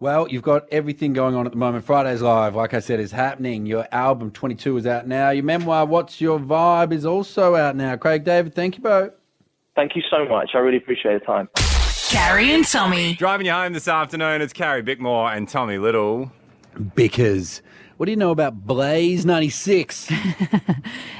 [SPEAKER 7] Well, you've got everything going on at the moment. Friday's Live, like I said, is happening. Your album 22 is out now. Your memoir, What's Your Vibe, is also out now. Craig David, thank you both.
[SPEAKER 12] Thank you so much. I really appreciate the time.
[SPEAKER 9] Carrie and Tommy. Driving you home this afternoon, it's Carrie Bickmore and Tommy Little.
[SPEAKER 7] Bickers. What do you know about Blaze 96?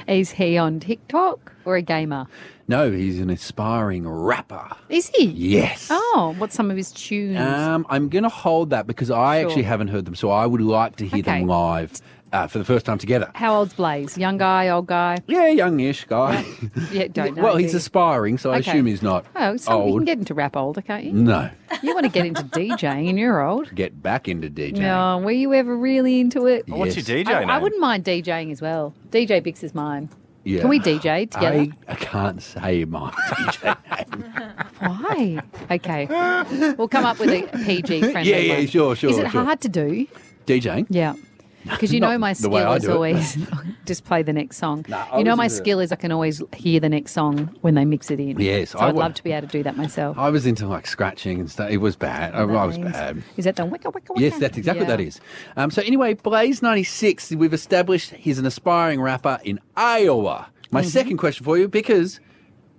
[SPEAKER 6] Is he on TikTok or a gamer?
[SPEAKER 7] no, he's an aspiring rapper.
[SPEAKER 6] Is he?
[SPEAKER 7] Yes.
[SPEAKER 6] Oh, what's some of his tunes?
[SPEAKER 7] Um, I'm going to hold that because I
[SPEAKER 6] Sure.
[SPEAKER 7] actually haven't heard them, so I would like to hear
[SPEAKER 6] Okay.
[SPEAKER 7] them live uh, for the first time together.
[SPEAKER 6] How old's Blaze? Young guy, old guy?
[SPEAKER 7] Yeah, youngish guy.
[SPEAKER 6] Yeah, don't know.
[SPEAKER 7] well, he's
[SPEAKER 6] do you?
[SPEAKER 7] aspiring, so I
[SPEAKER 6] Okay.
[SPEAKER 7] assume he's not
[SPEAKER 6] Oh, so you
[SPEAKER 7] old. Mm.
[SPEAKER 6] can get into rap older, can't you?
[SPEAKER 7] No,
[SPEAKER 6] You want to get into DJing and you're old.
[SPEAKER 7] get back into DJ.
[SPEAKER 6] No, were you ever really into it?
[SPEAKER 7] Well, Oh, what's your Yes. DJ
[SPEAKER 6] I, I
[SPEAKER 7] name?
[SPEAKER 6] wouldn't mind DJing as well. DJ Bix is mine.
[SPEAKER 7] Yeah.
[SPEAKER 6] Can we DJ together?
[SPEAKER 7] I, I can't say my DJ.
[SPEAKER 6] Why? Okay. we'll come up with a PG friendly.
[SPEAKER 7] Yeah, yeah,
[SPEAKER 6] one.
[SPEAKER 7] sure, sure,
[SPEAKER 6] Is it
[SPEAKER 7] sure.
[SPEAKER 6] hard to do?
[SPEAKER 7] DJing?
[SPEAKER 6] Yeah. Because you
[SPEAKER 7] Not
[SPEAKER 6] know my
[SPEAKER 7] the way
[SPEAKER 6] skill
[SPEAKER 7] I
[SPEAKER 6] is
[SPEAKER 7] do it.
[SPEAKER 6] always just play the next song.
[SPEAKER 7] I
[SPEAKER 6] you know
[SPEAKER 7] was
[SPEAKER 6] my
[SPEAKER 7] into-
[SPEAKER 6] skill is I can always hear the next song when they mix it in.
[SPEAKER 7] Yes,
[SPEAKER 6] so
[SPEAKER 7] I
[SPEAKER 6] I would
[SPEAKER 7] wa-
[SPEAKER 6] love to be able to do that myself.
[SPEAKER 7] I was into like scratching and stuff. It was bad. I, I was bad.
[SPEAKER 6] Is that the wicka wicka wicka?
[SPEAKER 7] Yes, that's exactly what that
[SPEAKER 6] Yeah.
[SPEAKER 7] is. Um, so anyway, Blaze ninety six. We've established he's an aspiring rapper in Iowa. My
[SPEAKER 6] Mm-hmm.
[SPEAKER 7] second question for you, because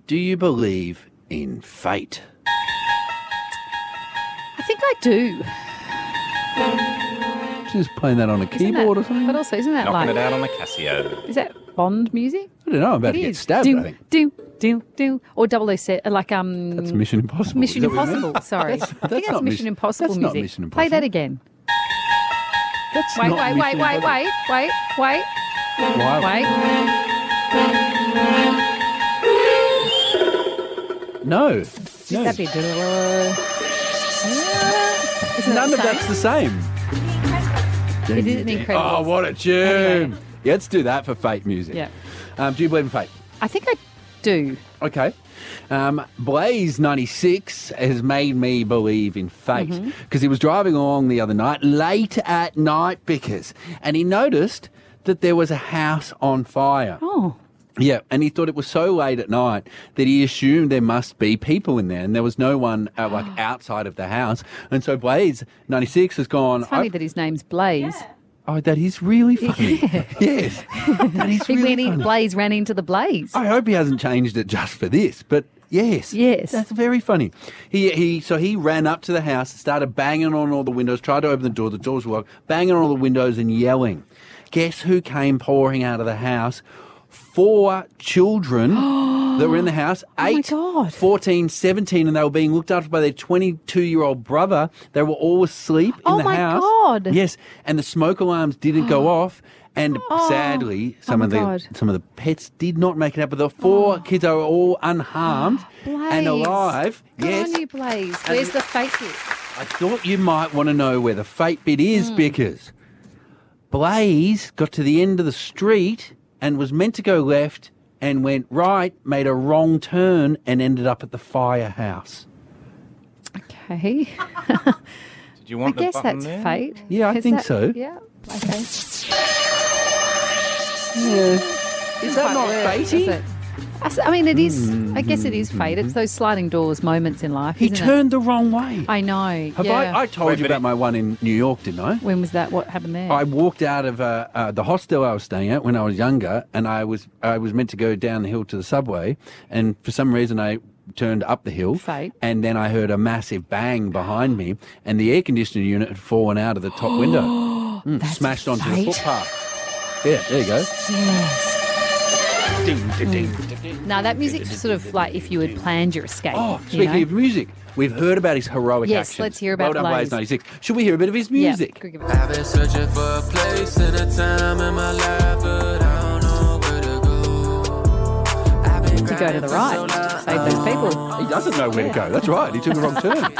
[SPEAKER 7] do you believe in fate?
[SPEAKER 6] I think I do.
[SPEAKER 7] Just playing that on a
[SPEAKER 6] Isn't that-
[SPEAKER 7] keyboard or something.
[SPEAKER 6] But also, isn't that
[SPEAKER 7] Knocking
[SPEAKER 6] like
[SPEAKER 7] it out on
[SPEAKER 9] the Casio.
[SPEAKER 6] Is that Bond music?
[SPEAKER 7] I don't know. I'm about to
[SPEAKER 6] It
[SPEAKER 7] get
[SPEAKER 6] is.
[SPEAKER 7] stabbed.
[SPEAKER 6] Do,
[SPEAKER 7] I think
[SPEAKER 6] do do do or double O set like um.
[SPEAKER 7] it's Mission Impossible.
[SPEAKER 6] Mission
[SPEAKER 7] Is that what you meant?
[SPEAKER 6] Impossible. Sorry,
[SPEAKER 7] That's-
[SPEAKER 6] I
[SPEAKER 7] that's
[SPEAKER 6] think that's
[SPEAKER 7] not
[SPEAKER 6] Mission
[SPEAKER 7] Mission-
[SPEAKER 6] Impossible
[SPEAKER 7] that's not
[SPEAKER 6] music.
[SPEAKER 7] Mission
[SPEAKER 6] Play that again.
[SPEAKER 7] That's
[SPEAKER 6] wait,
[SPEAKER 7] not
[SPEAKER 6] wait, wait, wait,
[SPEAKER 7] Mission Oh,
[SPEAKER 6] wait, wait, wait,
[SPEAKER 7] Why-
[SPEAKER 6] wait.
[SPEAKER 7] No, no.
[SPEAKER 6] That'd be Isn't
[SPEAKER 7] none
[SPEAKER 6] that
[SPEAKER 7] of that's the same.
[SPEAKER 6] It is an incredible.
[SPEAKER 7] Oh, what a tune! Yeah, let's do that for fate music.
[SPEAKER 6] Yeah.
[SPEAKER 7] Um, do you believe in fate?
[SPEAKER 6] I think I do.
[SPEAKER 7] Okay. Um, Blaze 96 has made me believe in fate because
[SPEAKER 6] Mhm.
[SPEAKER 7] he was driving along the other night, late at night, Bickers, and he noticed that there was a house on fire.
[SPEAKER 6] Oh.
[SPEAKER 7] Yeah, and he thought it was so late at night that he assumed there must be people in there, and there was no one uh, like outside of the house. And so Blaze 96 has gone.
[SPEAKER 6] It's funny
[SPEAKER 7] "I-
[SPEAKER 6] that his name's Blaze.
[SPEAKER 7] Oh, that is really funny. yes. That is
[SPEAKER 6] he
[SPEAKER 7] really
[SPEAKER 6] went in-
[SPEAKER 7] funny.
[SPEAKER 6] Blaze ran into the blaze.
[SPEAKER 7] I hope he hasn't changed it just for this, but yes.
[SPEAKER 6] Yes.
[SPEAKER 7] That's very funny. He he so he ran up to the house, started banging on all the windows, tried to open the door, the doors were locked, banging on all the windows and yelling. Guess who came pouring out of the house? Four children that were in the house,
[SPEAKER 6] Oh
[SPEAKER 7] eight, 14, 17, and they were being looked after by their 22 year old brother. They were all asleep in
[SPEAKER 6] Oh
[SPEAKER 7] the
[SPEAKER 6] my
[SPEAKER 7] house.
[SPEAKER 6] God.
[SPEAKER 7] Yes, and the smoke alarms didn't go off. And
[SPEAKER 6] Oh.
[SPEAKER 7] sadly,
[SPEAKER 6] Oh
[SPEAKER 7] some
[SPEAKER 6] my
[SPEAKER 7] of the
[SPEAKER 6] God. Oh.
[SPEAKER 7] some of the pets did not make it out, but the four kids are all unharmed and
[SPEAKER 6] Blaze.
[SPEAKER 7] alive.
[SPEAKER 6] Good
[SPEAKER 7] yes,
[SPEAKER 6] on you, Blaze. Where's the fake bit?
[SPEAKER 7] I thought you might want to know where the fate bit is
[SPEAKER 6] Hmm.
[SPEAKER 7] because Blaze got to the end of the street and was meant to go left and went right, made a wrong turn, and ended up at the firehouse.
[SPEAKER 6] Okay.
[SPEAKER 9] Did you
[SPEAKER 6] I
[SPEAKER 9] want the
[SPEAKER 6] guess
[SPEAKER 9] button
[SPEAKER 6] that's
[SPEAKER 9] there?
[SPEAKER 6] fate.
[SPEAKER 7] Yeah, I
[SPEAKER 6] Is
[SPEAKER 7] think
[SPEAKER 6] that-
[SPEAKER 7] so.
[SPEAKER 6] Yeah. Okay.
[SPEAKER 7] Is that not fatey?
[SPEAKER 6] I mean, it is. I guess it is fate. It's those sliding doors moments in life.
[SPEAKER 7] He
[SPEAKER 6] isn't it?
[SPEAKER 7] turned the wrong way.
[SPEAKER 6] I know.
[SPEAKER 7] Have
[SPEAKER 6] yeah.
[SPEAKER 7] I, I told you about my one in New York, didn't I?
[SPEAKER 6] When was that? What happened there?
[SPEAKER 7] I walked out of uh, uh, the hostel I was staying at when I was younger, and I was I was meant to go down the hill to the subway, and for some reason I turned up the hill, and then I heard a massive bang behind me, and the air conditioning unit had fallen out of the top window, Mm, smashed onto
[SPEAKER 6] fate.
[SPEAKER 7] the footpath. Yeah, there you go. Ding, ding, ding, ding, ding.
[SPEAKER 6] No, Mm. that music's sort of like if you had planned your escape.
[SPEAKER 7] Oh, speaking of music, we've heard about his heroic
[SPEAKER 6] Yes,
[SPEAKER 7] actions.
[SPEAKER 6] let's hear about
[SPEAKER 7] well done,
[SPEAKER 6] Blaze.
[SPEAKER 7] Blaze ninety six. Should we hear a bit of his music?
[SPEAKER 13] I've been searching for a place and a time in my life, but I don't know where to go. I've been
[SPEAKER 6] to go to the right. Save those people.
[SPEAKER 7] He doesn't know where to go. That's right. He took the wrong turn.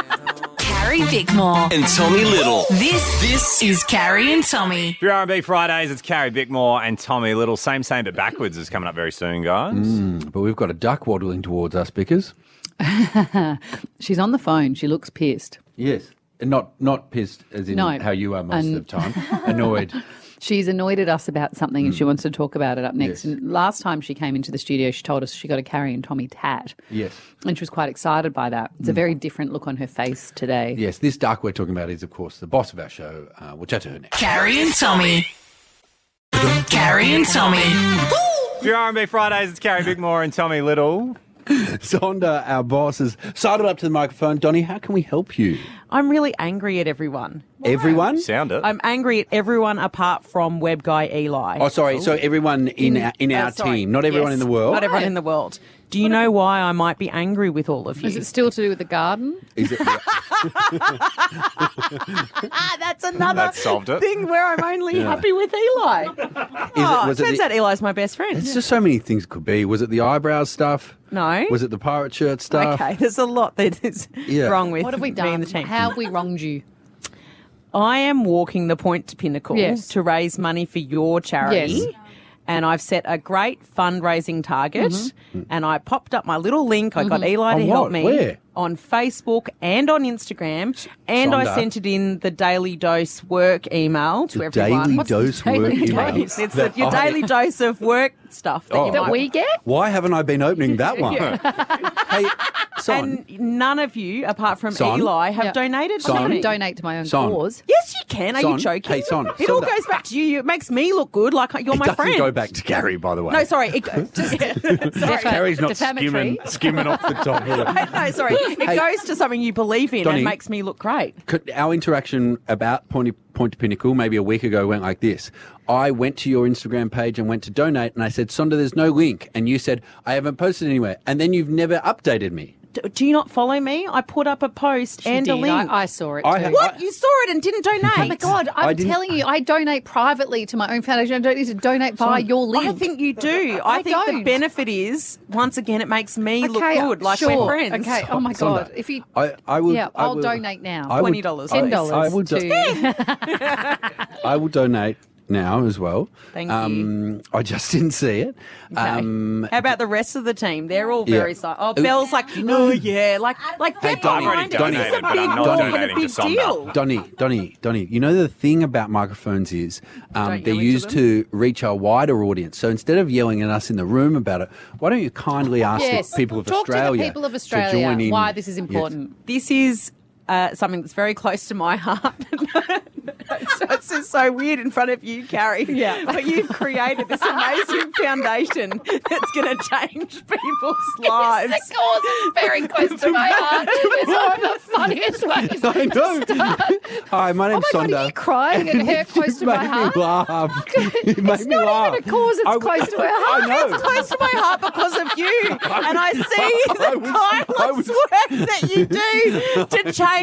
[SPEAKER 11] Carrie Bickmore.
[SPEAKER 9] And Tommy Little.
[SPEAKER 11] This this is Carrie and Tommy.
[SPEAKER 9] For your R&B Fridays, it's Carrie Bickmore and Tommy Little. Same, same, but backwards is coming up very soon, guys.
[SPEAKER 7] Mm, but we've got a duck waddling towards us, Bickers.
[SPEAKER 6] She's on the phone. She looks pissed.
[SPEAKER 7] Yes. And not not pissed as in
[SPEAKER 6] No.
[SPEAKER 7] how you are most
[SPEAKER 6] An-
[SPEAKER 7] of the time. Annoyed.
[SPEAKER 6] She's annoyed at us about something and she
[SPEAKER 13] Mm.
[SPEAKER 6] wants to talk about it up next.
[SPEAKER 7] Yes.
[SPEAKER 6] And last time she came into the studio, she told us she got a Carrie and Tommy tat.
[SPEAKER 7] Yes.
[SPEAKER 6] And she was quite excited by that. It's a
[SPEAKER 7] Mm.
[SPEAKER 6] very different look on her face today.
[SPEAKER 7] Yes, this duck we're talking about is, of course, the boss of our show. Uh, we'll chat to her next.
[SPEAKER 11] Carrie and Tommy. Carrie and Tommy.
[SPEAKER 9] For your R&B Fridays, it's Carrie Bickmore and Tommy Little.
[SPEAKER 7] Zonda, our boss, has sidled up to the microphone. Donny, how can we help you?
[SPEAKER 8] I'm really angry at everyone.
[SPEAKER 7] Everyone? Sound
[SPEAKER 8] I'm angry at everyone apart from web guy Eli.
[SPEAKER 7] Oh, sorry. So everyone in
[SPEAKER 8] In-
[SPEAKER 7] our, in
[SPEAKER 8] oh,
[SPEAKER 7] our
[SPEAKER 8] sorry.
[SPEAKER 7] team, not everyone
[SPEAKER 8] Yes.
[SPEAKER 7] in the world.
[SPEAKER 8] Not everyone in the world. Do you know why I might be angry with all of you?
[SPEAKER 6] Is it still to do with the garden?
[SPEAKER 7] Is it?
[SPEAKER 8] ah, that's another
[SPEAKER 6] That solved it.
[SPEAKER 8] thing where I'm only
[SPEAKER 7] Yeah.
[SPEAKER 8] happy with Eli. oh,
[SPEAKER 7] was it
[SPEAKER 8] turns
[SPEAKER 7] the-
[SPEAKER 8] out Eli's my best friend.
[SPEAKER 7] It's just so many things it could be. Was it the eyebrow stuff?
[SPEAKER 8] No.
[SPEAKER 7] Was it the pirate shirt stuff?
[SPEAKER 8] Okay, there's a lot that is
[SPEAKER 7] Uh, Yeah.
[SPEAKER 8] wrong with
[SPEAKER 6] What have we
[SPEAKER 8] me
[SPEAKER 6] done?
[SPEAKER 8] and the team.
[SPEAKER 6] How have we wronged you?
[SPEAKER 8] I am walking the point to pinnacle
[SPEAKER 6] Yes.
[SPEAKER 8] to raise money for your charity.
[SPEAKER 6] Yes.
[SPEAKER 8] And I've set a great fundraising target.
[SPEAKER 6] Mhm.
[SPEAKER 8] And I popped up my little link. I got
[SPEAKER 6] Mhm.
[SPEAKER 8] Eli to
[SPEAKER 6] On
[SPEAKER 8] help
[SPEAKER 6] what?
[SPEAKER 8] me
[SPEAKER 6] Where?
[SPEAKER 8] on Facebook and on Instagram. And I
[SPEAKER 7] Sonda.
[SPEAKER 8] sent it in the Daily Dose work email to
[SPEAKER 7] The
[SPEAKER 8] everyone.
[SPEAKER 7] Daily Dose work email?
[SPEAKER 8] Dose? It's
[SPEAKER 7] That
[SPEAKER 8] the- your
[SPEAKER 7] I-
[SPEAKER 8] Daily Dose of work stuff that,
[SPEAKER 7] Oh.
[SPEAKER 8] you
[SPEAKER 7] That
[SPEAKER 8] might-
[SPEAKER 7] we
[SPEAKER 6] get.
[SPEAKER 7] Why haven't I been opening that one? Son.
[SPEAKER 8] And none of you, apart from
[SPEAKER 7] Son?
[SPEAKER 8] Eli, have
[SPEAKER 7] Yeah.
[SPEAKER 8] donated
[SPEAKER 7] Son?
[SPEAKER 8] money.
[SPEAKER 7] Donate
[SPEAKER 6] to my own
[SPEAKER 7] Son. cause.
[SPEAKER 8] Yes, you can. Are
[SPEAKER 7] Son?
[SPEAKER 8] you joking?
[SPEAKER 7] Hey, Son,
[SPEAKER 8] It
[SPEAKER 7] Son,
[SPEAKER 8] all
[SPEAKER 7] that-
[SPEAKER 8] goes back to you. It makes me look good, like you're
[SPEAKER 7] it
[SPEAKER 8] my
[SPEAKER 7] doesn't
[SPEAKER 8] friend.
[SPEAKER 7] go back to Gary, by the way.
[SPEAKER 8] No, sorry. It go- just, sorry.
[SPEAKER 7] Gary's not skimming, skimming off the top. of it.
[SPEAKER 8] no, sorry. It
[SPEAKER 7] Hey.
[SPEAKER 8] goes to something you believe in
[SPEAKER 7] Donny.
[SPEAKER 8] and makes me look great.
[SPEAKER 7] Could, our interaction about Point, Point to Pinnacle maybe a week ago went like this. I went to your Instagram page and went to donate, and I said, Sonda, there's no link. And you said, I haven't posted anywhere. And then you've never updated me.
[SPEAKER 8] D- Do you not follow me? I put up a post
[SPEAKER 6] She
[SPEAKER 8] and a
[SPEAKER 6] did.
[SPEAKER 8] link.
[SPEAKER 6] I- I saw it
[SPEAKER 7] I too. have-
[SPEAKER 8] what? you saw it and didn't donate?
[SPEAKER 6] Oh my God,
[SPEAKER 7] I
[SPEAKER 6] I'm
[SPEAKER 7] didn't-
[SPEAKER 6] telling you, I donate privately to my own foundation. I don't need to donate via your link.
[SPEAKER 8] I think you do. I,
[SPEAKER 6] I
[SPEAKER 8] think the
[SPEAKER 6] don't.
[SPEAKER 8] benefit is, once again, it makes me look
[SPEAKER 6] Okay,
[SPEAKER 8] good, like
[SPEAKER 6] sure.
[SPEAKER 8] we're friends.
[SPEAKER 6] Okay, oh my God. If you
[SPEAKER 7] I, I will,
[SPEAKER 6] yeah,
[SPEAKER 7] I
[SPEAKER 6] I'll
[SPEAKER 7] will-
[SPEAKER 6] donate now.
[SPEAKER 7] I will- I-
[SPEAKER 6] ten dollars.
[SPEAKER 7] I will do- I will donate now as well.
[SPEAKER 8] Thank
[SPEAKER 7] um, you. I just didn't see it. Um,
[SPEAKER 8] How about the rest of the team? They're all
[SPEAKER 7] Yeah.
[SPEAKER 8] very silent. Oh,
[SPEAKER 7] Ooh.
[SPEAKER 8] Belle's like, oh yeah, like like they're behind it. This is a big wall and a big deal.
[SPEAKER 7] Donny, Donny, Donny. You know the thing about microphones is um, they're used to reach our wider audience. So instead of yelling at us in the room about it, why don't you kindly ask
[SPEAKER 6] Yes.
[SPEAKER 7] the people of
[SPEAKER 6] Talk to the
[SPEAKER 7] Australia
[SPEAKER 6] people of
[SPEAKER 7] to
[SPEAKER 6] Australia
[SPEAKER 7] join in?
[SPEAKER 6] why this is
[SPEAKER 7] Yes.
[SPEAKER 6] important.
[SPEAKER 8] This is uh, something that's very close to my heart. so it's just so weird in front of you, Carrie. Yeah. But you've created this amazing foundation that's going to change people's lives.
[SPEAKER 6] Yes, of course, it's very close to my heart. It's one of the funniest ways.
[SPEAKER 7] I know. Hi, my name's
[SPEAKER 6] Oh my
[SPEAKER 7] Sonda.
[SPEAKER 6] God, are you crying at her close to
[SPEAKER 7] made
[SPEAKER 6] my heart?
[SPEAKER 7] me laugh. It made me laugh.
[SPEAKER 6] Even a cause it's
[SPEAKER 7] I w-
[SPEAKER 6] close to her heart.
[SPEAKER 7] I know.
[SPEAKER 8] It's close to my heart because of you. And I see the tireless work that you do to change.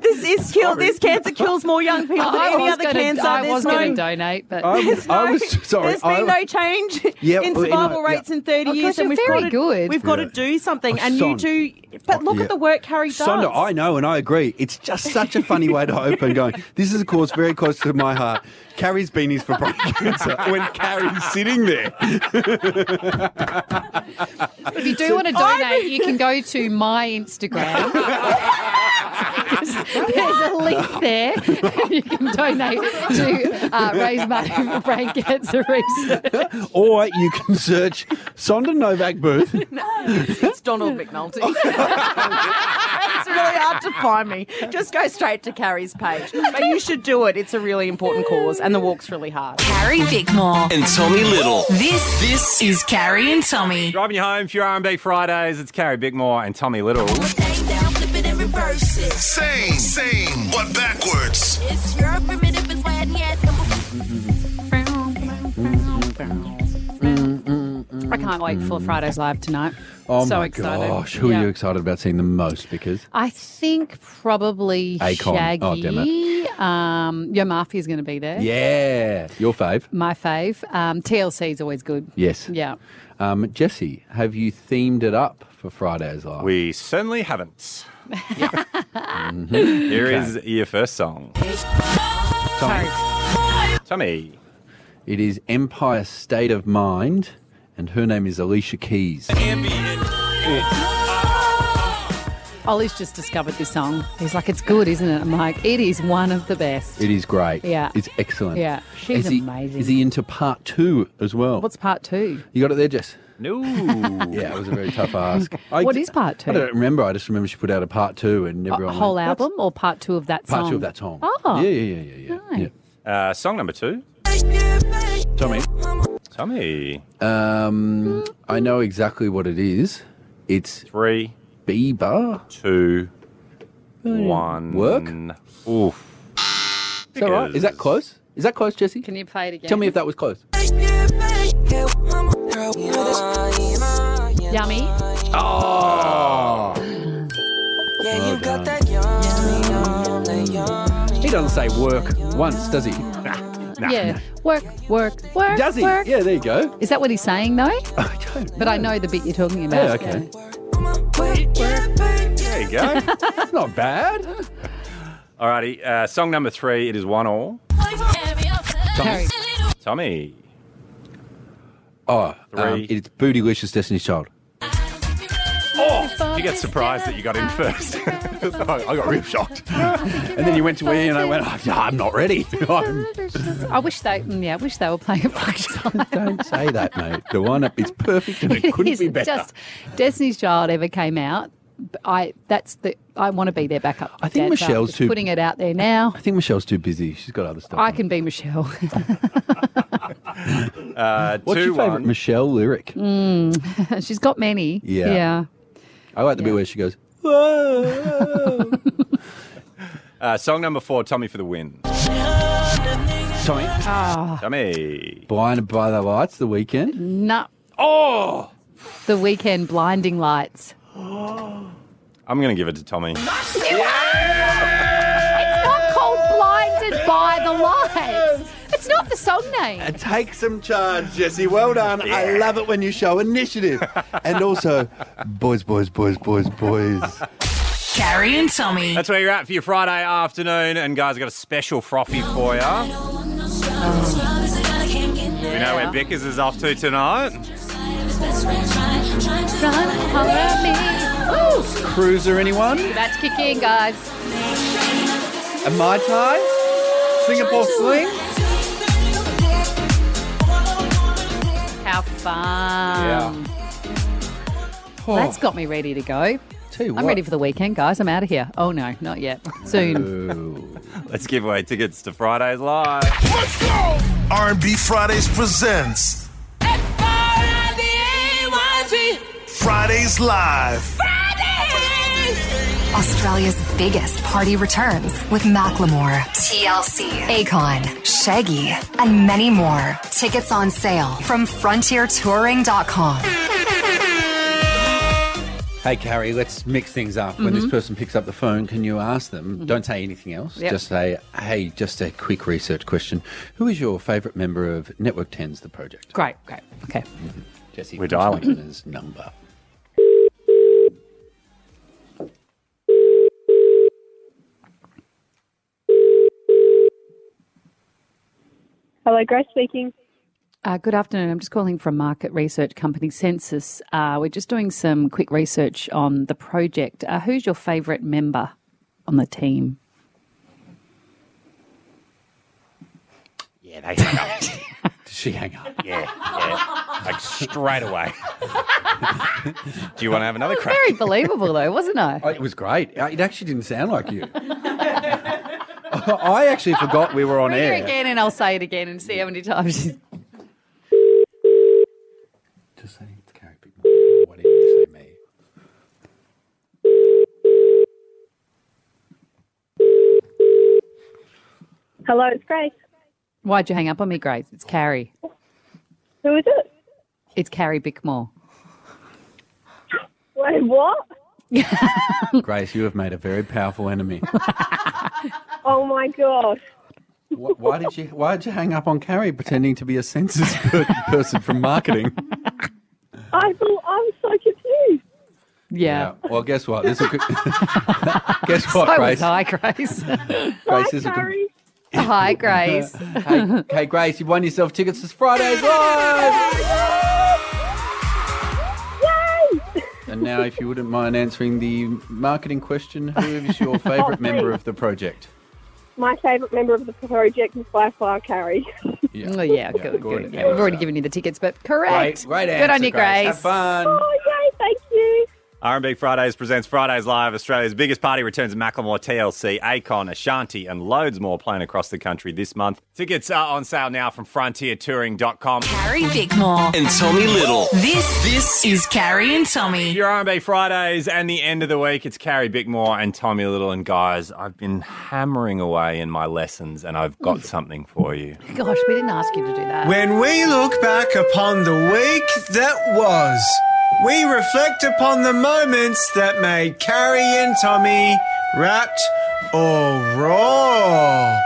[SPEAKER 8] This is kill. This cancer kills more young people than
[SPEAKER 6] I
[SPEAKER 8] any
[SPEAKER 6] was
[SPEAKER 8] other
[SPEAKER 6] gonna-
[SPEAKER 8] cancer.
[SPEAKER 6] I
[SPEAKER 8] There's
[SPEAKER 6] was
[SPEAKER 8] no,
[SPEAKER 6] gonna donate, but
[SPEAKER 7] I was, I was sorry.
[SPEAKER 8] There's been
[SPEAKER 7] I-
[SPEAKER 8] no change
[SPEAKER 7] Yeah,
[SPEAKER 8] in
[SPEAKER 7] well, you know,
[SPEAKER 8] survival
[SPEAKER 7] yeah.
[SPEAKER 8] rates in 30
[SPEAKER 6] Oh,
[SPEAKER 8] years,
[SPEAKER 6] gosh, you're
[SPEAKER 8] and we've
[SPEAKER 6] very
[SPEAKER 8] got to,
[SPEAKER 6] good.
[SPEAKER 8] We've got
[SPEAKER 7] Yeah.
[SPEAKER 8] to do something,
[SPEAKER 7] Oh,
[SPEAKER 8] and
[SPEAKER 7] Son.
[SPEAKER 8] you do. But look
[SPEAKER 7] yeah.
[SPEAKER 8] at the work Carrie does.
[SPEAKER 7] Sonda, I know and I agree. It's just such a funny way to open going, this is, of course, very close to my heart. Carrie's beanies for brain cancer when Carrie's sitting there.
[SPEAKER 6] If you do want to donate, you can go to my Instagram. There's a link there. You can donate to uh, raise money for brain cancer research.
[SPEAKER 7] Or you can search Sonda Novak Booth.
[SPEAKER 8] It's Donald McNulty. it's really hard to find me. Just go straight to Carrie's page. But you should do it. It's a really important cause, and the walk's really hard.
[SPEAKER 11] Carrie Bickmore.
[SPEAKER 9] And Tommy Little.
[SPEAKER 11] This this is Carrie and Tommy.
[SPEAKER 9] Driving you home for your R&B Fridays, it's Carrie Bickmore and Tommy Little.
[SPEAKER 1] Same, same, but backwards.
[SPEAKER 14] It's your primitive is wet yet.
[SPEAKER 6] I can't wait for Friday's Live tonight.
[SPEAKER 7] Oh
[SPEAKER 6] so
[SPEAKER 7] my
[SPEAKER 6] excited.
[SPEAKER 7] gosh, who
[SPEAKER 6] Yeah.
[SPEAKER 7] are you excited about seeing the most? Because
[SPEAKER 6] I think probably
[SPEAKER 7] Akon.
[SPEAKER 6] Shaggy.
[SPEAKER 7] Oh, damn
[SPEAKER 6] Um, Yo Mafia's going to be there.
[SPEAKER 7] yeah, your fave.
[SPEAKER 6] My fave. Um, TLC is always good.
[SPEAKER 7] Yes.
[SPEAKER 6] Yeah.
[SPEAKER 7] Um, Jesse, have you themed it up for Friday's live?
[SPEAKER 9] We certainly haven't.
[SPEAKER 7] Mhm.
[SPEAKER 9] Here
[SPEAKER 7] Okay.
[SPEAKER 9] is your first song.
[SPEAKER 7] Tommy.
[SPEAKER 9] Tommy.
[SPEAKER 7] It is Empire State of Mind, and her name is Alicia Keys.
[SPEAKER 6] Ollie's just discovered this song. He's like, it's good, isn't it? I'm like, it is one of the best.
[SPEAKER 7] It is great.
[SPEAKER 6] Yeah.
[SPEAKER 7] It's excellent.
[SPEAKER 6] Yeah. She's
[SPEAKER 7] is he,
[SPEAKER 6] amazing.
[SPEAKER 7] Is he into part two as well?
[SPEAKER 6] What's part two?
[SPEAKER 7] you got it there, Jess?
[SPEAKER 9] No.
[SPEAKER 7] yeah, it was a very tough ask. I,
[SPEAKER 6] what is part two?
[SPEAKER 7] I don't remember. I just remember she put out a part two, and
[SPEAKER 6] A
[SPEAKER 7] everyone
[SPEAKER 6] whole
[SPEAKER 7] went,
[SPEAKER 6] album or part two of that song?
[SPEAKER 7] Part two of that song.
[SPEAKER 6] Oh.
[SPEAKER 7] Yeah, yeah, yeah, yeah. yeah.
[SPEAKER 9] Uh, song number two.
[SPEAKER 7] Tommy.
[SPEAKER 9] Tommy.
[SPEAKER 7] Um, I know exactly what it is. It's
[SPEAKER 9] three.
[SPEAKER 7] Bieber.
[SPEAKER 9] Two. One.
[SPEAKER 7] Work.
[SPEAKER 9] Oof.
[SPEAKER 7] Is that right? Is that close? Is that close, Jesse?
[SPEAKER 6] Can you play it again?
[SPEAKER 7] Tell me if that was close.
[SPEAKER 6] Yummy.
[SPEAKER 7] Oh.
[SPEAKER 11] Yeah,
[SPEAKER 7] you got that He doesn't say work once, does he?
[SPEAKER 6] yeah. Work, work, work.
[SPEAKER 7] Does he?
[SPEAKER 6] Work.
[SPEAKER 7] Yeah, there you go.
[SPEAKER 6] Is that what he's saying, though? I
[SPEAKER 7] don't
[SPEAKER 6] But I know the bit you're talking about.
[SPEAKER 7] Yeah, okay.
[SPEAKER 9] There you go.
[SPEAKER 7] It's not bad.
[SPEAKER 9] Alrighty. Uh, song number three. It is one all.
[SPEAKER 6] Tommy.
[SPEAKER 9] Tommy.
[SPEAKER 7] Oh,
[SPEAKER 9] Three.
[SPEAKER 7] um, it's Bootylicious Destiny's Child.
[SPEAKER 9] Oh, you get surprised that you got in first. I I got rip shocked. and then you went to where and I went,
[SPEAKER 7] "Oh, no, I'm not ready. I'm-
[SPEAKER 6] I wish they, mm, yeah, I wish they were playing it functional.
[SPEAKER 7] Don't say that, mate. The one up is perfect and it couldn't be better.
[SPEAKER 6] Just Destiny's Child ever came out. I that's the I want to be their backup.
[SPEAKER 7] I think
[SPEAKER 6] dancer.
[SPEAKER 7] Michelle's
[SPEAKER 6] Just
[SPEAKER 7] too-
[SPEAKER 6] putting it out there now.
[SPEAKER 7] I think Michelle's too busy. She's got other stuff.
[SPEAKER 6] I can be Michelle.
[SPEAKER 9] uh,
[SPEAKER 7] What's
[SPEAKER 9] two,
[SPEAKER 7] your favourite
[SPEAKER 9] one.
[SPEAKER 7] Michelle lyric?
[SPEAKER 6] Mm. She's got many.
[SPEAKER 7] Yeah.
[SPEAKER 6] Yeah.
[SPEAKER 7] I like the bit where she goes,
[SPEAKER 9] Uh, song number four, Tommy for the win.
[SPEAKER 7] Tommy.
[SPEAKER 9] Tommy.
[SPEAKER 7] Blinded by the lights, the weekend.
[SPEAKER 6] No.
[SPEAKER 9] Oh.
[SPEAKER 6] The weekend blinding lights.
[SPEAKER 9] I'm going to give it to Tommy.
[SPEAKER 6] It's not called blinded by the lights. It's not the song name.
[SPEAKER 7] Take some charge, Jesse. Well done. I love it when you show initiative. and also, boys, boys, boys, boys, boys.
[SPEAKER 9] Carrie and Tommy. That's where you're at for your Friday afternoon. And guys, I've got a special frothy for you. We know where Bickers is off to tonight.
[SPEAKER 6] Run, holler at me. Woo!
[SPEAKER 7] Cruiser, anyone?
[SPEAKER 6] That's kicking, guys.
[SPEAKER 7] A Mai Tai? Singapore Sling?
[SPEAKER 6] How fun.
[SPEAKER 7] Oh.
[SPEAKER 6] That's got me ready to go.
[SPEAKER 7] Tell you
[SPEAKER 6] I'm
[SPEAKER 7] what.
[SPEAKER 6] ready for the weekend, guys. I'm out of here. Oh, no, not yet. Soon.
[SPEAKER 9] Let's give away tickets to Friday's Live.
[SPEAKER 1] R&B Fridays presents Fridays Live.
[SPEAKER 15] Australia's biggest party returns with Macklemore, TLC, Akon, Shaggy, and many more. Tickets on sale from frontiertouring.com.
[SPEAKER 7] Hey, Carrie, let's mix things up. When this person picks up the phone, can you ask them? Don't say anything else.
[SPEAKER 6] Mm-hmm. Yep.
[SPEAKER 7] Just say, hey, just a quick research question. Who is your favourite member of Network 10's The Project?
[SPEAKER 6] Great, great. Okay.
[SPEAKER 7] Jesse,
[SPEAKER 9] We're dialing.
[SPEAKER 7] his number.
[SPEAKER 16] Hello, Grace speaking.
[SPEAKER 6] Uh, good afternoon. I'm just calling from market research company Census. Uh, we're just doing some quick research on the project. Uh, who's your favourite member on the team?
[SPEAKER 9] Yeah, they hang up.
[SPEAKER 7] Did she hang up?
[SPEAKER 9] Yeah, yeah. Like straight away. Do you want to have another crack?
[SPEAKER 6] Very believable, though, wasn't I?
[SPEAKER 7] Oh, it was great. Uh, It actually didn't sound like you. I actually forgot we were on
[SPEAKER 6] Ring her
[SPEAKER 7] air.
[SPEAKER 6] again and I'll say it again and see how many times she's
[SPEAKER 7] Just saying it's Carrie Bickmore. Why didn't you say me?
[SPEAKER 16] Hello, it's Grace.
[SPEAKER 6] Why'd you hang up on me, Grace? It's Carrie.
[SPEAKER 16] Who is it?
[SPEAKER 6] It's Carrie Bickmore.
[SPEAKER 16] Wait, what?
[SPEAKER 6] Hmm.
[SPEAKER 7] Grace, you have made a very powerful enemy.
[SPEAKER 16] Oh my gosh.
[SPEAKER 7] why, why did you Why did you hang up on Carrie pretending to be a census per- person from marketing?
[SPEAKER 16] I thought I was so confused.
[SPEAKER 6] Yeah.
[SPEAKER 7] Well, guess what? This will co- guess what,
[SPEAKER 6] so
[SPEAKER 7] Grace?
[SPEAKER 6] was I, Grace.
[SPEAKER 7] Grace is a com-
[SPEAKER 6] Hi, Grace.
[SPEAKER 7] hey, hey, Grace, you've won yourself tickets to Fridays Live. and now, if you wouldn't mind answering the marketing question, who is your favourite
[SPEAKER 16] Oh,
[SPEAKER 7] member
[SPEAKER 16] please.
[SPEAKER 7] of the project?
[SPEAKER 16] My favourite member of the project is by far Carrie.
[SPEAKER 7] Yeah.
[SPEAKER 6] Oh, yeah, good,
[SPEAKER 7] good
[SPEAKER 6] good. Yeah, we've already given you the tickets, but correct.
[SPEAKER 9] Great- great
[SPEAKER 6] good on
[SPEAKER 9] answer,
[SPEAKER 6] you,
[SPEAKER 9] Grace.
[SPEAKER 6] Grace.
[SPEAKER 9] Have fun.
[SPEAKER 16] Oh, yay, thank you.
[SPEAKER 9] R&B Fridays presents Fridays Live. Australia's biggest party returns at Macklemore, TLC, Akon, Ashanti, and loads more playing across the country this month. Tickets are on sale now from frontiertouring.com.
[SPEAKER 11] Carrie Bickmore
[SPEAKER 9] And Tommy Little.
[SPEAKER 11] This this is Carrie and Tommy.
[SPEAKER 9] Your R&B Fridays and the end of the week. It's Carrie Bickmore and Tommy Little. And guys, I've been hammering away in my lessons and I've got something for you.
[SPEAKER 6] Gosh, we didn't ask you to do that.
[SPEAKER 17] When we look back upon the week that was, we reflect upon the moments that made Carrie and Tommy wrapped or raw.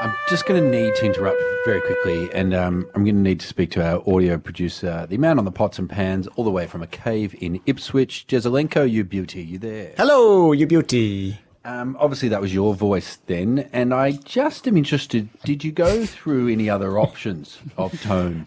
[SPEAKER 7] I'm just going to need to interrupt very quickly, and um, I'm going to need to speak to our audio producer, the man on the pots and pans, all the way from a cave in Ipswich, Jezelenko, you beauty, you there?
[SPEAKER 17] Hello, you beauty.
[SPEAKER 7] Um, obviously, that was your voice then, and I just am interested. Did you go through any other options of tone?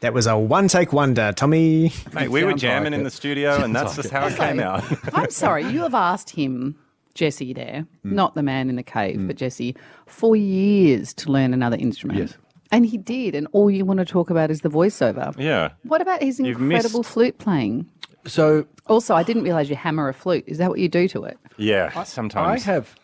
[SPEAKER 17] That was a one take wonder, Tommy.
[SPEAKER 9] Mate, we were jamming in the studio and that's
[SPEAKER 17] Sounds
[SPEAKER 9] just
[SPEAKER 17] like
[SPEAKER 9] how it
[SPEAKER 17] it.
[SPEAKER 9] came out.
[SPEAKER 6] I'm sorry, you have asked him, Jesse, there, not the man in the cave, but Jesse, for years to learn another instrument. Yes. And he did, and all you want to talk about is the voiceover.
[SPEAKER 9] Yeah.
[SPEAKER 6] What about his
[SPEAKER 9] You've
[SPEAKER 6] incredible
[SPEAKER 9] missed-
[SPEAKER 6] flute playing?
[SPEAKER 7] So,
[SPEAKER 6] also, I didn't realize you hammer a flute. Is that what you do to it?
[SPEAKER 9] Yeah,
[SPEAKER 7] sometimes. I have.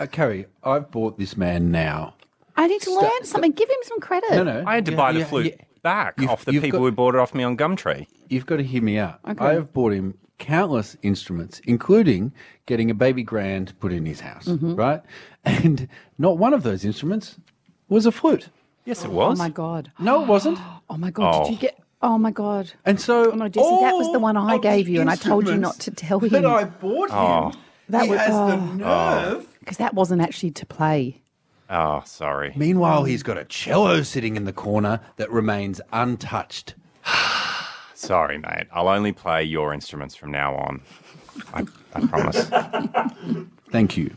[SPEAKER 7] Uh, Carrie, I've bought this man now.
[SPEAKER 6] I need to learn something. Give him some credit.
[SPEAKER 7] No, no.
[SPEAKER 9] I had to
[SPEAKER 7] Yeah,
[SPEAKER 9] buy the
[SPEAKER 7] yeah,
[SPEAKER 9] flute
[SPEAKER 7] yeah.
[SPEAKER 9] back
[SPEAKER 7] You've-
[SPEAKER 9] off the
[SPEAKER 7] you've
[SPEAKER 9] people
[SPEAKER 7] got-
[SPEAKER 9] who bought it off me on Gumtree.
[SPEAKER 7] You've got to hear me out.
[SPEAKER 9] Okay.
[SPEAKER 7] I have bought him countless instruments, including getting a baby grand put in his house,
[SPEAKER 9] Mm-hmm.
[SPEAKER 6] Mhm.
[SPEAKER 7] right? And not one of those instruments was a flute.
[SPEAKER 9] Yes, it
[SPEAKER 6] Oh my god.
[SPEAKER 7] No, it wasn't.
[SPEAKER 6] Oh my god. Did you get? Oh my god.
[SPEAKER 7] And so,
[SPEAKER 6] oh no, Jesse, that was the one I gave you, and I told you not to tell him.
[SPEAKER 7] But I bought him.
[SPEAKER 9] Oh.
[SPEAKER 6] That oh.
[SPEAKER 7] He
[SPEAKER 6] was
[SPEAKER 7] has the Oh.
[SPEAKER 9] nerve.
[SPEAKER 6] because that wasn't actually to play.
[SPEAKER 9] Oh, sorry.
[SPEAKER 7] Meanwhile, he's got a cello sitting in the corner that remains untouched.
[SPEAKER 9] Sorry, mate. I'll only play your instruments from now on. I, I promise.
[SPEAKER 7] Thank you.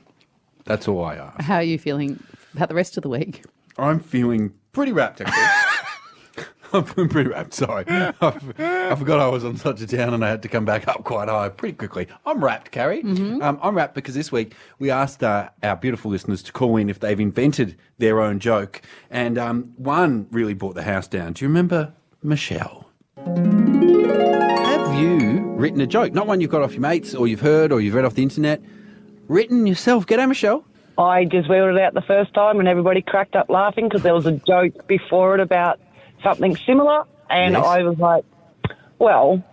[SPEAKER 7] That's all I ask.
[SPEAKER 6] How are you feeling about the rest of the week?
[SPEAKER 7] I'm feeling pretty wrapped, actually. I'm feeling pretty wrapped, sorry. I, f- I forgot I was on such a down and I had to come back up quite high pretty quickly. I'm wrapped, Carrie. Um, I'm wrapped because this week we asked uh, our beautiful listeners to call in if they've invented their own joke. And um, one really brought the house down. Do you remember Michelle? Have you written a joke? Not one you've got off your mates or you've heard or you've read off the internet. Written yourself. G'day, Michelle.
[SPEAKER 18] I just wheeled it out the first time and everybody cracked up laughing because there was a joke before it about something similar. And
[SPEAKER 19] Yes.
[SPEAKER 18] I was like, well,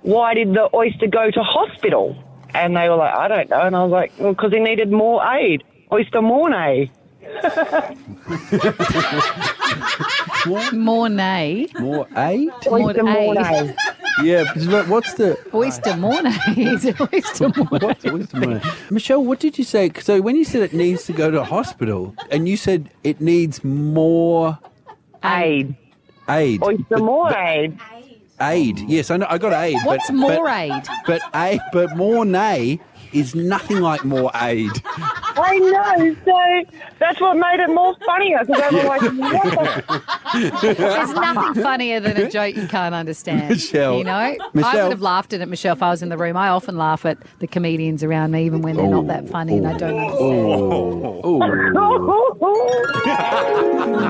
[SPEAKER 18] why did the oyster go to hospital? And they were like, I don't know. And I was like, well, because he needed more aid. Oyster Mornay.
[SPEAKER 6] Mornay.
[SPEAKER 7] More aid?
[SPEAKER 6] Oyster Mornay.
[SPEAKER 7] yeah, because what- what's the
[SPEAKER 6] Oyster Mornay. Is it Oyster Mornay?
[SPEAKER 7] What's oyster mornay? Michelle, what did you say? So when you said it needs to go to hospital, and you said it needs more
[SPEAKER 18] aid,
[SPEAKER 7] aid,
[SPEAKER 10] Oh,
[SPEAKER 18] oyster more aid,
[SPEAKER 7] aid. Yes, I know. I got aid. but-
[SPEAKER 6] What's
[SPEAKER 7] but,
[SPEAKER 6] more aid?
[SPEAKER 7] But aid, but more nay is nothing like more aid.
[SPEAKER 18] I know. So that's what made it more funnier because they were like, what the
[SPEAKER 6] There's nothing funnier than a joke you can't understand.
[SPEAKER 7] Michelle.
[SPEAKER 6] You know? I
[SPEAKER 7] Michelle.
[SPEAKER 6] would have laughed at it, Michelle, if I was in the room. I often laugh at the comedians around me, even when they're not that funny and I don't
[SPEAKER 7] Oh,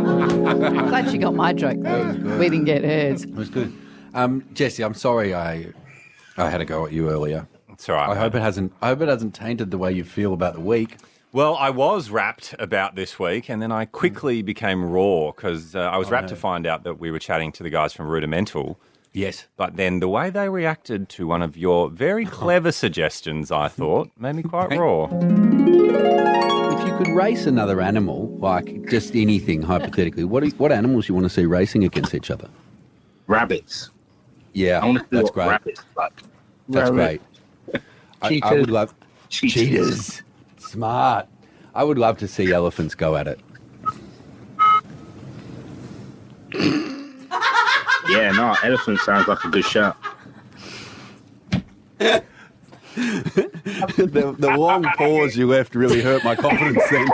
[SPEAKER 6] understand. I'm glad you got my joke, though. We didn't get hers.
[SPEAKER 7] It was good. Um, Jesse, I'm sorry I I had a go at you earlier.
[SPEAKER 9] It's all right.
[SPEAKER 7] I hope it hasn't. I hope it hasn't tainted the way you feel about the week.
[SPEAKER 9] Well, I was wrapped about this week, and then I quickly became raw because uh, I was
[SPEAKER 7] Oh,
[SPEAKER 9] wrapped
[SPEAKER 7] no.
[SPEAKER 9] to find out that we were chatting to the guys from Rudimental.
[SPEAKER 7] Yes.
[SPEAKER 9] But then the way they reacted to one of your very clever suggestions, I thought, made me quite raw.
[SPEAKER 7] If you could race another animal, like just anything hypothetically, what what animals you want to see racing against each other?
[SPEAKER 20] Rabbits.
[SPEAKER 7] Yeah,
[SPEAKER 20] I want to see
[SPEAKER 7] that's
[SPEAKER 20] what
[SPEAKER 7] great.
[SPEAKER 20] rabbits like.
[SPEAKER 7] That's
[SPEAKER 19] Rabbit.
[SPEAKER 7] great. I, I would love cheetahs. Smart. I would love to see elephants go at it.
[SPEAKER 19] Yeah, no, elephant sounds like a good shot.
[SPEAKER 7] the, the long pause you left really hurt my confidence. Then.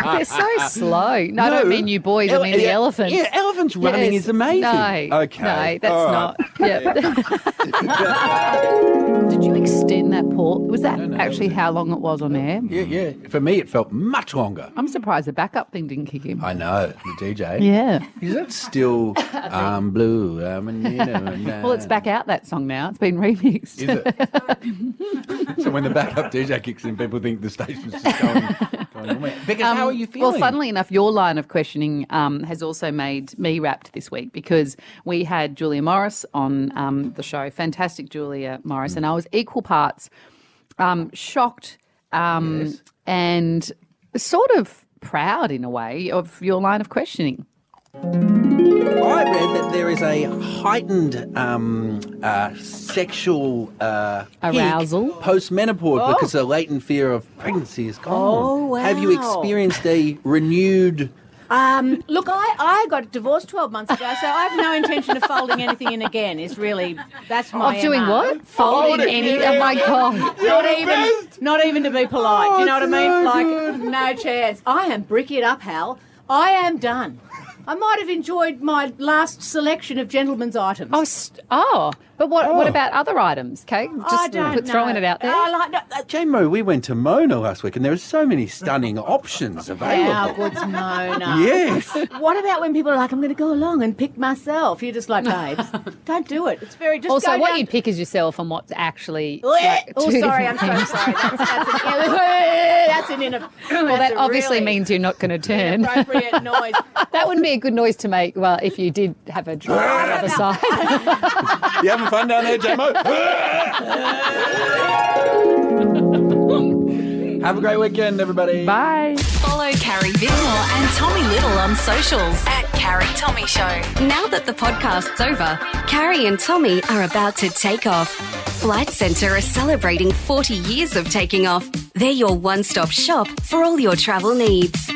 [SPEAKER 6] They're so slow. No, I don't mean you boys. I
[SPEAKER 7] Ele-
[SPEAKER 6] mean the
[SPEAKER 7] yeah,
[SPEAKER 6] elephants.
[SPEAKER 7] yeah, elephants running is amazing.
[SPEAKER 6] No,
[SPEAKER 7] Okay,
[SPEAKER 6] no, that's
[SPEAKER 7] all
[SPEAKER 6] not. Yeah. Did you extend that pause? Was that actually how long it was on air?
[SPEAKER 7] Yeah, yeah. For me, it felt much longer.
[SPEAKER 6] I'm surprised the backup thing didn't kick in.
[SPEAKER 7] I know the DJ.
[SPEAKER 6] Yeah.
[SPEAKER 7] is that still um, blue? Um, and, you know, and, uh,
[SPEAKER 6] well, it's back out that song now. It's been remixed.
[SPEAKER 7] Is it? so when the backup DJ kicks in, people think the station's just going. going "Wait, Because
[SPEAKER 6] Um,
[SPEAKER 7] how are you
[SPEAKER 6] Well,
[SPEAKER 7] feeling?
[SPEAKER 6] funnily enough, your line of questioning um, has also made me wrapped this week because we had Julia Morris on um, the show, fantastic Julia Morris, and I was equal parts um, shocked um, and sort of proud in a way of your line of questioning.
[SPEAKER 7] I read that there is a heightened um, uh, sexual uh,
[SPEAKER 6] Arousal?
[SPEAKER 7] post menopause
[SPEAKER 6] Oh.
[SPEAKER 7] because the latent fear of pregnancy is gone.
[SPEAKER 20] Oh,
[SPEAKER 7] Have you
[SPEAKER 20] wow.
[SPEAKER 7] experienced a renewed?
[SPEAKER 20] Um, look, I, I got divorced 12 months ago, so I have no intention of folding anything in again, is really, that's my
[SPEAKER 6] Of doing
[SPEAKER 20] MO.
[SPEAKER 6] what? Folding Folding any- oh my God. You're
[SPEAKER 20] Not
[SPEAKER 6] the
[SPEAKER 20] even, not even to be polite, do you know what I
[SPEAKER 6] it's
[SPEAKER 20] mean?
[SPEAKER 6] so
[SPEAKER 20] like, no chance. I am brick it up, Hal. I am done. I might have enjoyed my last selection of gentlemen's items.
[SPEAKER 6] Oh, st- oh but what, what about other items, Kate? Just
[SPEAKER 20] I don't
[SPEAKER 6] put- throwing
[SPEAKER 20] know. Oh,
[SPEAKER 6] it out there.
[SPEAKER 20] I like, no,
[SPEAKER 7] Jane uh, Mo, we went to Mona last week, and there are so many stunning options available.
[SPEAKER 20] How good's Mona?
[SPEAKER 7] Yes.
[SPEAKER 20] What about when people are like, I'm going to go along and pick myself? You're just like, babes, don't do it. It's very just
[SPEAKER 6] also,
[SPEAKER 20] go
[SPEAKER 6] what
[SPEAKER 20] down-
[SPEAKER 6] you pick is yourself and what's actually. like,
[SPEAKER 20] oh,
[SPEAKER 6] two
[SPEAKER 20] sorry, I'm
[SPEAKER 6] different
[SPEAKER 20] so
[SPEAKER 6] things.
[SPEAKER 20] sorry. That's, that's, an, that's an inap-
[SPEAKER 6] Well,
[SPEAKER 20] that's
[SPEAKER 6] that
[SPEAKER 20] a
[SPEAKER 6] obviously
[SPEAKER 20] really
[SPEAKER 6] means you're not going to turn.
[SPEAKER 20] inappropriate noise.
[SPEAKER 6] that wouldn't be a good noise to make. Well, if you did have a draw on the other side.
[SPEAKER 7] you having fun down there, Jane Mo? Have a great weekend, everybody.
[SPEAKER 6] Bye.
[SPEAKER 2] Follow Carrie Bickmore and Tommy Little on socials at Carrie Tommy Show. Now that the podcast's over, Carrie and Tommy are about to take off. Flight Centre are celebrating 40 years of taking off. They're your one stop shop for all your travel needs.